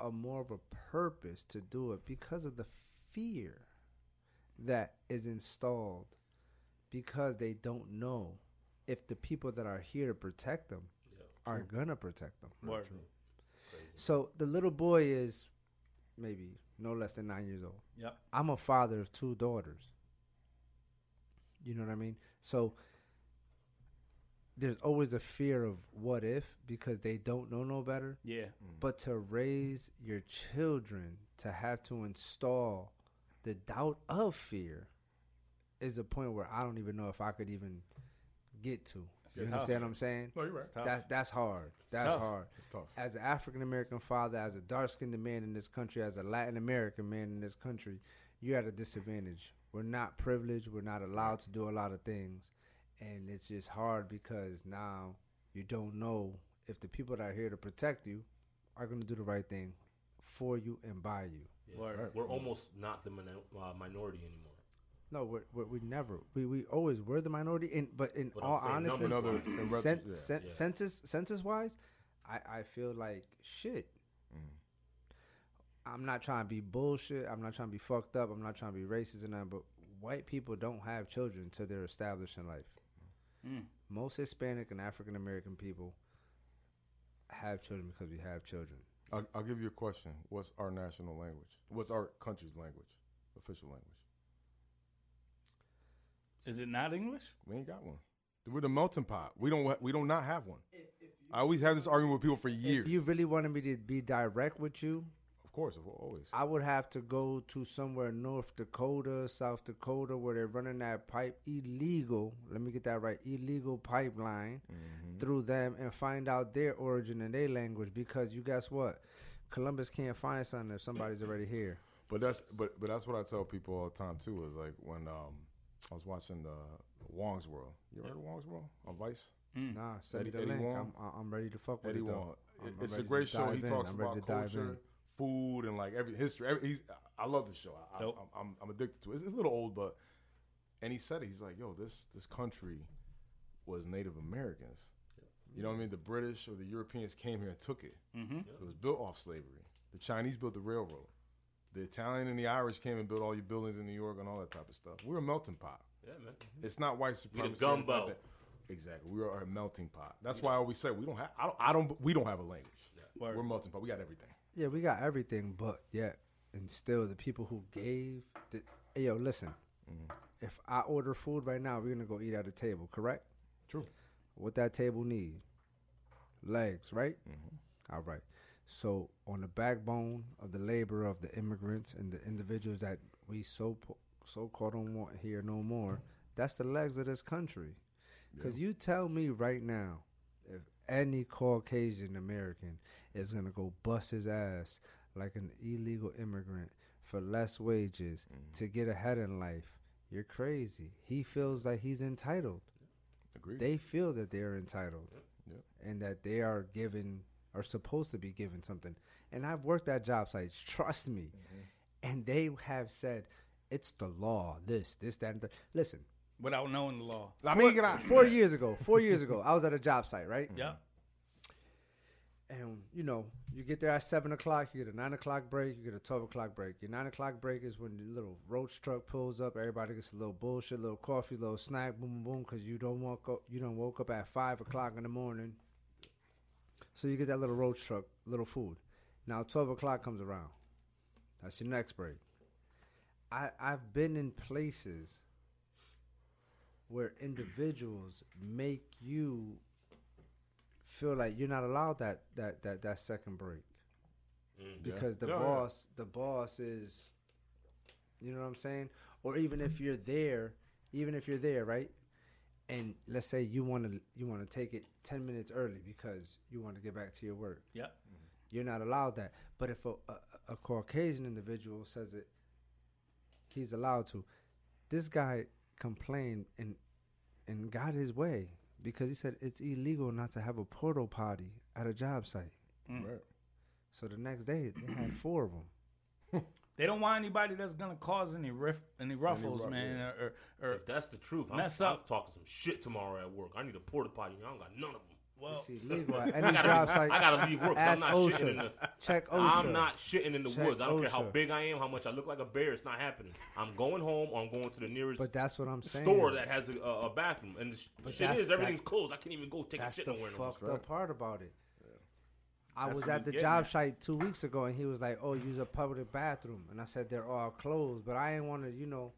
S4: a more of a purpose to do it because of the fear that is installed because they don't know if the people that are here to protect them are gonna protect them.
S1: Word.
S4: So the little boy is maybe no less than nine years old.
S1: Yep.
S4: I'm a father of two daughters. You know what I mean? So there's always a fear of what if because they don't know no better.
S1: Yeah.
S4: But to raise your children to have to install the doubt of fear is a point where I don't even know if I could even get to. You
S1: tough.
S4: understand what I'm saying?
S2: No, Oh, you're right.
S1: It's tough.
S4: That's that's hard. That's
S1: tough.
S4: hard.
S2: It's tough.
S4: As an African American father, as a dark skinned man in this country, as a Latin American man in this country, you're at a disadvantage. We're not privileged. We're not allowed to do a lot of things, and it's just hard because now you don't know if the people that are here to protect you are going to do the right thing for you and by you.
S1: Word.
S3: We're almost not the minor- uh, minority anymore.
S4: No, we're, we're, we never we, we always were the minority, in, but in
S3: But I'm
S4: all
S3: saying
S4: honesty,
S3: numbers-
S2: Another in rep-
S4: Cen-
S2: yeah.
S4: cen-
S3: Yeah.
S4: census census wise, I, I feel like shit. I'm not trying to be bullshit. I'm not trying to be fucked up. I'm not trying to be racist or nothing. But white people don't have children till they're established in life.
S1: Mm.
S4: Most Hispanic and African American people have children because we have children.
S2: I'll, I'll give you a question. What's our national language? What's our country's language? Official language?
S1: Is it not English?
S2: We ain't got one. We're the melting pot. We don't. We don't not have one. I always have this argument with people for years.
S4: If you really wanted me to be direct with you,
S2: of course, of- always.
S4: I would have to go to somewhere North Dakota, South Dakota, where they're running that pipe illegal. Let me get that right, illegal pipeline
S2: Mm-hmm.
S4: through them and find out their origin and their language. Because you guess what, Columbus can't find something if somebody's already here.
S2: But that's but but that's what I tell people all the time too. Is like when um I was watching the Wong's World. You ever heard of Wong's World on Vice?
S4: Nah, send
S2: Eddie-
S4: me the
S2: Eddie
S4: link.
S2: Wong?
S4: I'm, I'm ready to fuck with
S2: Eddie
S4: it. though.
S2: Wong.
S4: I'm- I'm
S2: It's a
S4: ready to
S2: great show. He
S4: dive in.
S2: talks
S4: I'm ready
S2: about
S4: to dive in.
S2: culture, food, and like every history. Every, he's I love the show. I,
S1: Dope.
S2: I'm, I'm I'm addicted to it. It's a little old, but and he said it. He's like, yo, this this country was Native Americans. You know what I mean? The British or the Europeans came here and took it. It was built off slavery. The Chinese built the railroad. The Italian and the Irish came and built all your buildings in New York and all that type of stuff. We're a melting pot.
S3: Yeah, man.
S2: It's not white supremacy.
S3: gumbo.
S2: It's not that. Exactly. We are a melting pot. That's why I always say we don't have. I don't. I don't we don't have a language.
S1: Word.
S2: We're melting pot. We got everything.
S4: Yeah, we got everything, but yet, and still, the people who gave. The, hey, yo, listen. If I order food right now, we're gonna go eat at a table, correct?
S2: True.
S4: What that table need? Legs, right? All right. So on the backbone of the labor of the immigrants and the individuals that we so po- so called don't want here no more, that's the legs of this country. Because you tell me right now, if any Caucasian American is gonna go bust his ass like an illegal immigrant for less wages
S2: Mm-hmm.
S4: to get ahead in life, you're crazy. He feels like he's entitled.
S2: Agreed.
S4: They feel that they are entitled
S2: Yep.
S4: and that they are given are supposed to be given something. And I've worked at job sites, trust me.
S2: Mm-hmm.
S4: And they have said it's the law, this, this, that, and that. Listen,
S1: without knowing the law.
S2: I mean, get out.
S4: four years ago, four years ago, I was at a job site, right?
S2: Mm-hmm.
S1: Yeah.
S4: and you know you get there at seven o'clock you get a nine o'clock break you get a 12 o'clock break your nine o'clock break is when the little roach truck pulls up everybody gets a little bullshit little coffee little snack boom boom boom because you don't woke up you don't woke up at five o'clock in the morning so you get that little roach truck little food now 12 o'clock comes around that's your next break I, i've been in places where individuals make you feel like you're not allowed that that that, that second break because the
S2: Mm, Yeah, yeah.
S4: boss the boss is you know what i'm saying or even if you're there even if you're there right and let's say you want to you want to take it 10 minutes early because you want to get back to your work
S1: Yep.
S4: you're not allowed that. But if a, a, a Caucasian individual says it, he's allowed to. This guy complained and and got his way because he said it's illegal not to have a portal potty at a job site.
S2: Right.
S4: So the next day they had four of them.
S1: They don't want anybody that's gonna cause any riff, any ruffles,
S2: ruff-
S1: man, or, or, or
S3: If that's the truth, I'm,
S1: Er, Mess
S3: I'm
S1: up.
S3: talking some shit tomorrow at work. I need a porta potty. and I don't got none of them.
S1: well,
S4: It's illegal at
S3: I
S4: any
S3: gotta,
S4: job
S3: leave-
S4: site.
S3: I gotta leave work. 'cause
S4: Ask
S3: I'm not shitting in
S4: OSHA.
S3: the.
S4: Check OSHA.
S3: I'm not shitting in the
S4: Oh, Check Oh,
S3: woods. I don't care how
S4: OSHA.
S3: big I am, how much I look like a bear. It's not happening. I'm going home or I'm going to the nearest
S4: But that's what I'm saying.
S3: store that has a, a, a bathroom. And the sh- shit
S4: that's-
S3: is, everything's
S4: that-
S3: closed. I can't even go take a
S4: That's
S3: shit
S4: the
S3: nowhere. No more.
S4: fucked up part about it. I
S1: That's
S4: was
S1: what
S4: at
S1: he's
S4: the
S1: getting
S4: job
S1: at.
S4: site two weeks ago, and he was like, "Oh, use a public bathroom," and I said they're all closed, but I ain't want to, you know,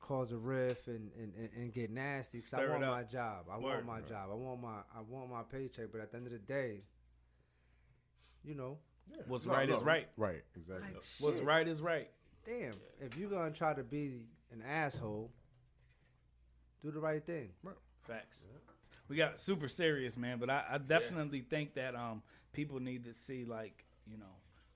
S4: cause a riff and and, and, and get nasty. 'cause
S1: Stir it
S4: I want
S1: up.
S4: my job. I
S1: Word.
S4: want my job. I want my I want my paycheck. But at the end of the day, you know,
S1: what's right is right.
S2: Right. Exactly.
S4: like,
S1: What's
S4: shit,
S1: right is right.
S4: Damn, if you're gonna try to be an asshole, do the right thing.
S1: Facts. We got super serious, man, but I, I definitely think that um people need to see like you know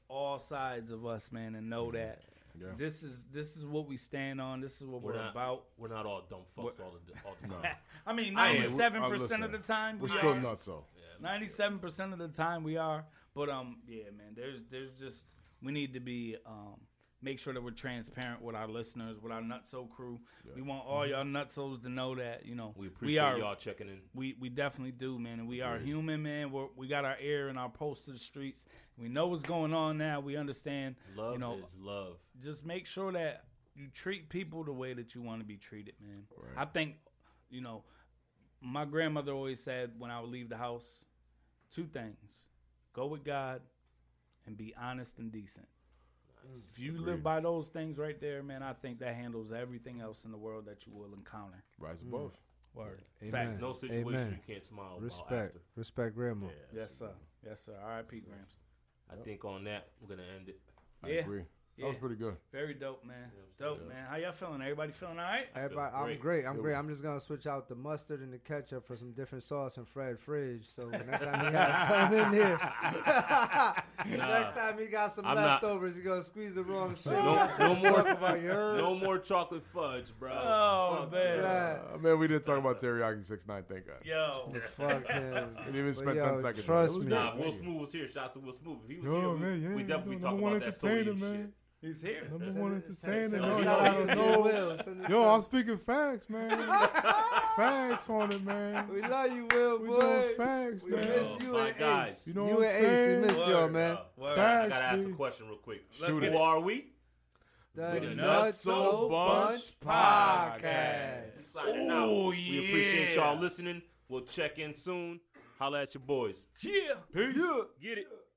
S1: all sides of us, man, and know that
S2: Yeah.
S1: this is this is what we stand on. This is what
S3: We're
S1: we're,
S3: not
S1: about.
S3: We're not all dumb fucks all the, all the time.
S1: I mean,
S3: I
S1: ninety
S3: am.
S1: seven
S2: Uh, listen,
S1: percent of the time
S2: We're
S1: we
S2: still
S1: are.
S2: nuts though.
S1: Ninety-seven percent of the time we are, but um, yeah, man. There's there's just we need to be um make sure that we're transparent with our listeners, with our Nutso crew. We want all y'all Nutsos to know that you know
S3: Mm-hmm. We appreciate
S1: are
S3: y'all checking in.
S1: we we definitely do, man. And we are human, man. We're, we got our ear and our pulse to the streets. We know what's going on now. We understand.
S3: Love
S1: you know,
S3: is love.
S1: just make sure that you treat people the way that you want to be treated, man. I think, you know, my grandmother always said when I would leave the house, two things: go with God, and be honest and decent. If you live by those things right there, man, I think that handles everything else in the world that you will encounter.
S2: Rise above.
S1: Word.
S4: Amen.
S1: Facts.
S3: No situation
S4: Amen.
S3: you can't smile about
S4: Respect,
S3: after.
S4: respect, grandma.
S1: Yes, sir. Yes, sir. R.I.P. Grams.
S3: I think on that, we're going to end it.
S2: I
S1: Yeah.
S2: agree. That was
S1: Yeah.
S2: pretty good.
S1: Very dope, man. Dope, man. How y'all feeling? Everybody feeling all right?
S4: Everybody, I'm
S3: great.
S4: great. I'm great. I'm just gonna switch out the mustard and the ketchup for some different sauce and Fred Fridge. So next time he got some in here, next time he got some
S3: I'm not-
S4: leftovers, he gonna squeeze the wrong shit.
S3: No, no more,
S4: About your
S3: no more chocolate fudge, bro.
S1: Oh, man.
S2: Uh, man, we didn't talk about teriyaki six nine. Thank God.
S1: Yo.
S4: fuck him.
S2: We didn't even spend
S4: yo,
S2: ten seconds.
S4: trust
S2: on it.
S4: me.
S3: Nah,
S2: It
S3: Will
S2: was
S3: Smooth was here. Shouts to Will Smooth. If he was
S2: Yo,
S3: here, we,
S2: man, yeah,
S3: we definitely
S2: number
S3: talk
S2: one
S3: about that
S2: entertainer,
S3: sodium shit.
S2: man.
S1: He's here.
S2: good. Number one entertainer.
S3: it-
S2: No,
S3: shout
S2: I don't know.
S4: Will. Send it
S2: Yo,
S4: to-
S2: I'm speaking facts, man. facts on it, man.
S4: we love you, Will,
S2: We
S4: boy.
S2: doing facts,
S4: We
S2: man.
S4: miss
S3: Oh,
S4: you
S3: my
S4: and
S3: guys.
S4: Ace.
S2: You know
S4: you
S2: what I'm
S4: and Ace,
S2: saying?
S4: we miss y'all,
S1: Word,
S4: man.
S3: Uh,
S1: Word.
S2: Facts.
S3: I gotta ask a
S2: dude.
S3: question real quick.
S1: Let's
S3: Who
S1: get it.
S3: are we?
S4: The,
S3: The
S4: Nutso
S2: Nutso Bunch
S4: Bunch Podcast.
S3: We signing out.
S1: Oh,
S3: We appreciate y'all listening. We'll check in soon. Holla at your boys.
S5: Yeah.
S1: Yeah.
S3: Get it.